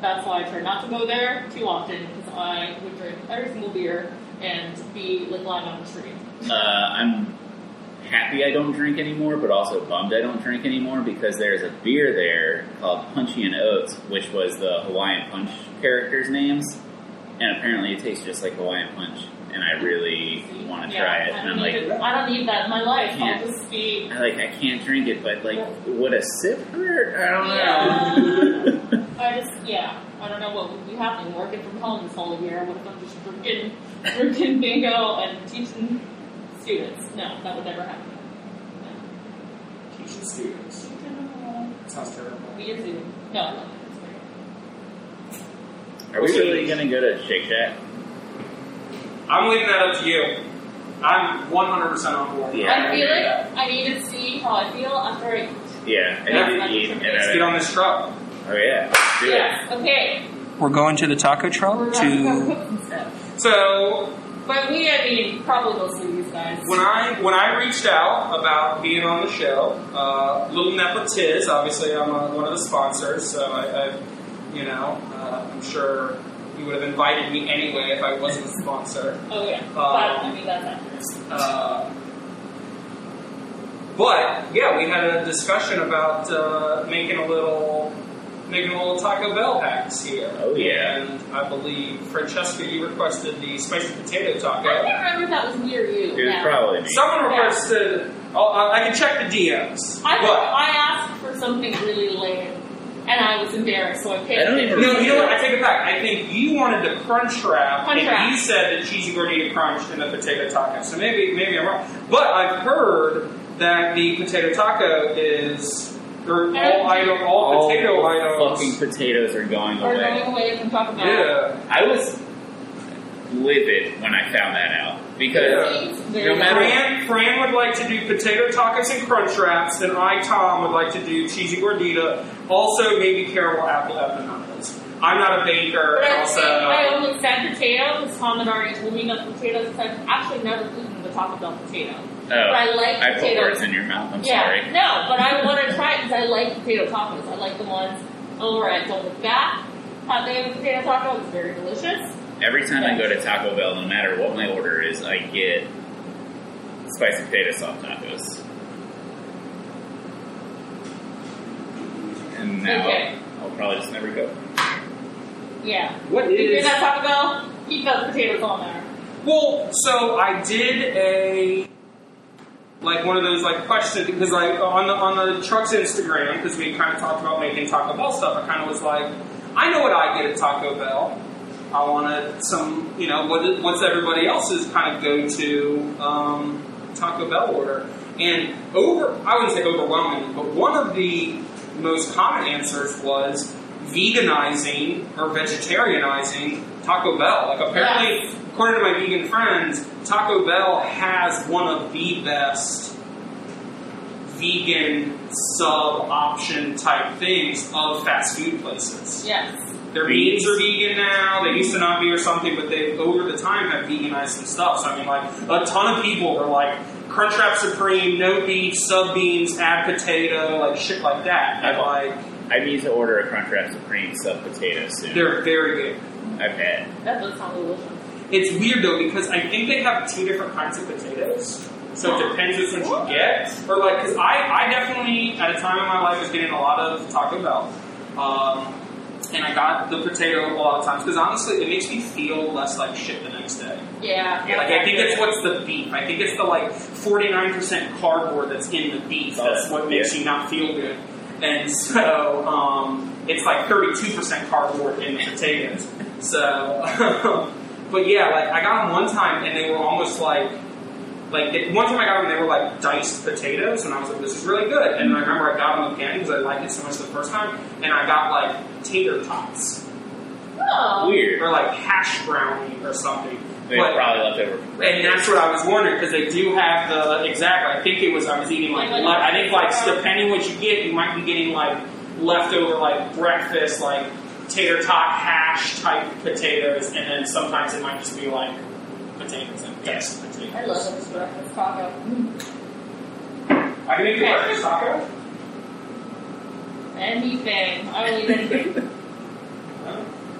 that's why I try not to go there too often because I would drink every single beer and be like lying on the street. uh, I'm happy I don't drink anymore, but also bummed I don't drink anymore because there's a beer there called Punchy and Oats, which was the Hawaiian Punch characters' names, and apparently it tastes just like Hawaiian Punch, and I really want to Yeah, try it, I and don't I'm need like. it- I don't need that in my life. Yeah. I'll just be. I like I can't drink it, but like would a sip hurt? I don't know. Yeah. I just yeah. I don't know what would be happening working from home this whole year. What if I'm just drinking, drinking bingo and teaching students? No, that would never happen. Teaching students. Sounds terrible. We are Zoom. No, I love it. It's great. Are we really gonna go to Shake Shack? I'm leaving that up to you. I'm 100% on board. Yeah. I feel like I need to see how I feel after I eat. Yeah, I need to eat. And Let's I get on this truck. oh yeah, do it. Yes, okay. We're going to the taco We're truck not gonna to. cook and stuff. So, But we, I mean, probably mostly these guys. When I when I reached out about being on the show, uh, Little Nepa Tiz, obviously I'm uh, one of the sponsors, so I, I you know, uh, I'm sure you would have invited me anyway if I wasn't a sponsor. Oh yeah, Uh, that, I mean that's accurate. Uh, but yeah, we had a discussion about uh, making a little making a little Taco Bell hacks here. Oh, yeah. And I believe Francesca, you requested the spicy potato I taco. can't remember if that was me or you. It was now. probably me. Someone requested. I'll- I'll- uh, I can check the DMs. I but I asked for something really lame, and I was embarrassed, so I paid. I don't it. even- No, you know what? I take it back. I think you wanted the crunch wrap, Crunch and wrap. you said the cheesy gordita crunch and the potato taco. So maybe, maybe I'm wrong. But I've heard that the potato taco is or all item, all, All Oh, potato items. fucking potatoes are going Or away. going away from Taco Bell. yeah, I was livid when I found that out because It's very No matter- Fran, Fran would like to do potato tacos and crunch wraps, and I, Tom, would like to do cheesy gordita. Also, maybe caramel apple empanadas. I'm not a baker, But and I, also. uh, think I only said potato because Tom had already told me about potatoes. So I've actually never eaten the Taco Bell potato. oh, but I like I put potatoes. words in your mouth. I'm yeah, sorry. no, but I want to try it because I like potato tacos. I like the ones over at Don't Look Back. Hot they have a potato taco. It's very delicious. Every time I go to Taco Bell, no matter what my order is, I get spicy potato soft tacos. And now Okay. I'll probably just never go. Yeah. what You hear is that Taco Bell? Keep those potatoes on there. Well, so I did a like one of those like questions because like on the on the truck's Instagram because we kind of talked about making Taco Bell stuff. I kind of was like, I know what I get at Taco Bell. I wanted some, you know, what, what's everybody else's kind of go to um, Taco Bell order? And over, I wouldn't say overwhelming, but one of the most common answers was veganizing or vegetarianizing Taco Bell. Like apparently, according to my vegan friends, Taco Bell has one of the best vegan sub option type things of fast food places. Yes. Their beans are vegan now. They used to not be or something, but they over the time have veganized some stuff. So I mean, like a ton of people were like Crunchwrap Supreme, no beef, sub beans, add potato, like shit like that. And, like I need to order a Crunchwrap Supreme sub potato soon. they're very good. I've had. That does sound delicious. It's weird though because I think they have two different kinds of potatoes. So it depends which one you get, or like because I, I definitely at a time in my life was getting a lot of Taco Bell, um, and I got the potato a lot of times because honestly it makes me feel less like shit the next day. Yeah. Yeah, like I think it's what's the beef. I think it's the like forty nine percent cardboard that's in the beef that's what makes you not feel good. And so um, it's like thirty two percent cardboard in the potatoes. So, but yeah, like I got them one time and they were almost like like they, one time I got them they were like diced potatoes and I was like this is really good. And I remember I got them again because I liked it so much the first time and I got like tater tots Oh. Weird. or like hash brownie or something. They But- were probably left over. from and breakfast. that's what I was wondering because they do have the exact. I think it was I was eating like Like, le- I think like depending what you get, you might be getting like leftover like breakfast like tater tot hash type potatoes, and then sometimes it might just be like potatoes and yes, potatoes. I love this breakfast taco. I can make you breakfast taco. Anything. I will eat anything.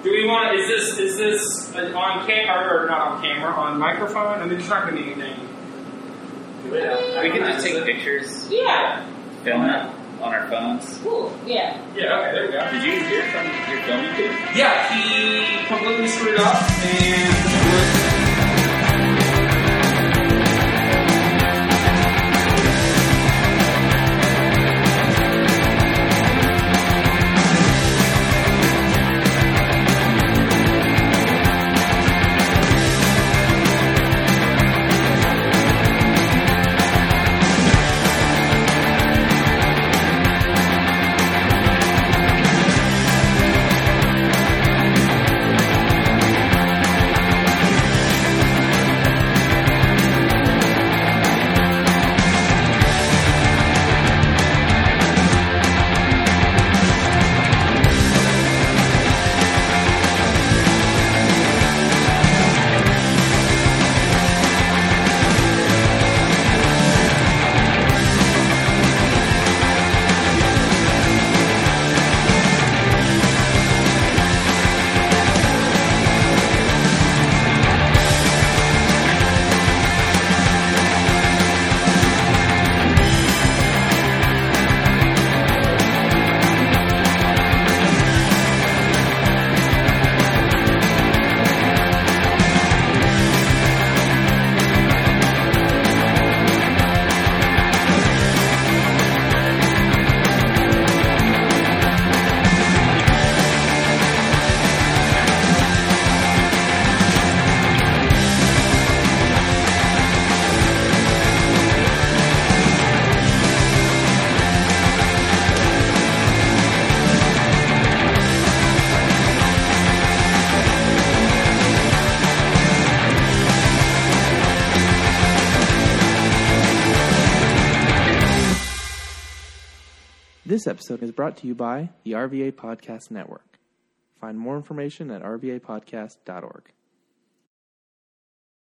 Do we want? Is this is this uh, on camera or not on camera on microphone? I mean, it's not going to be anything. We can just take pictures, yeah. film it on our phones. Cool. Yeah. Yeah. Okay. There we go. Did you hear from your filming too? Yeah, he completely screwed up and. This episode is brought to you by the RVA Podcast Network. Find more information at rvapodcast.org.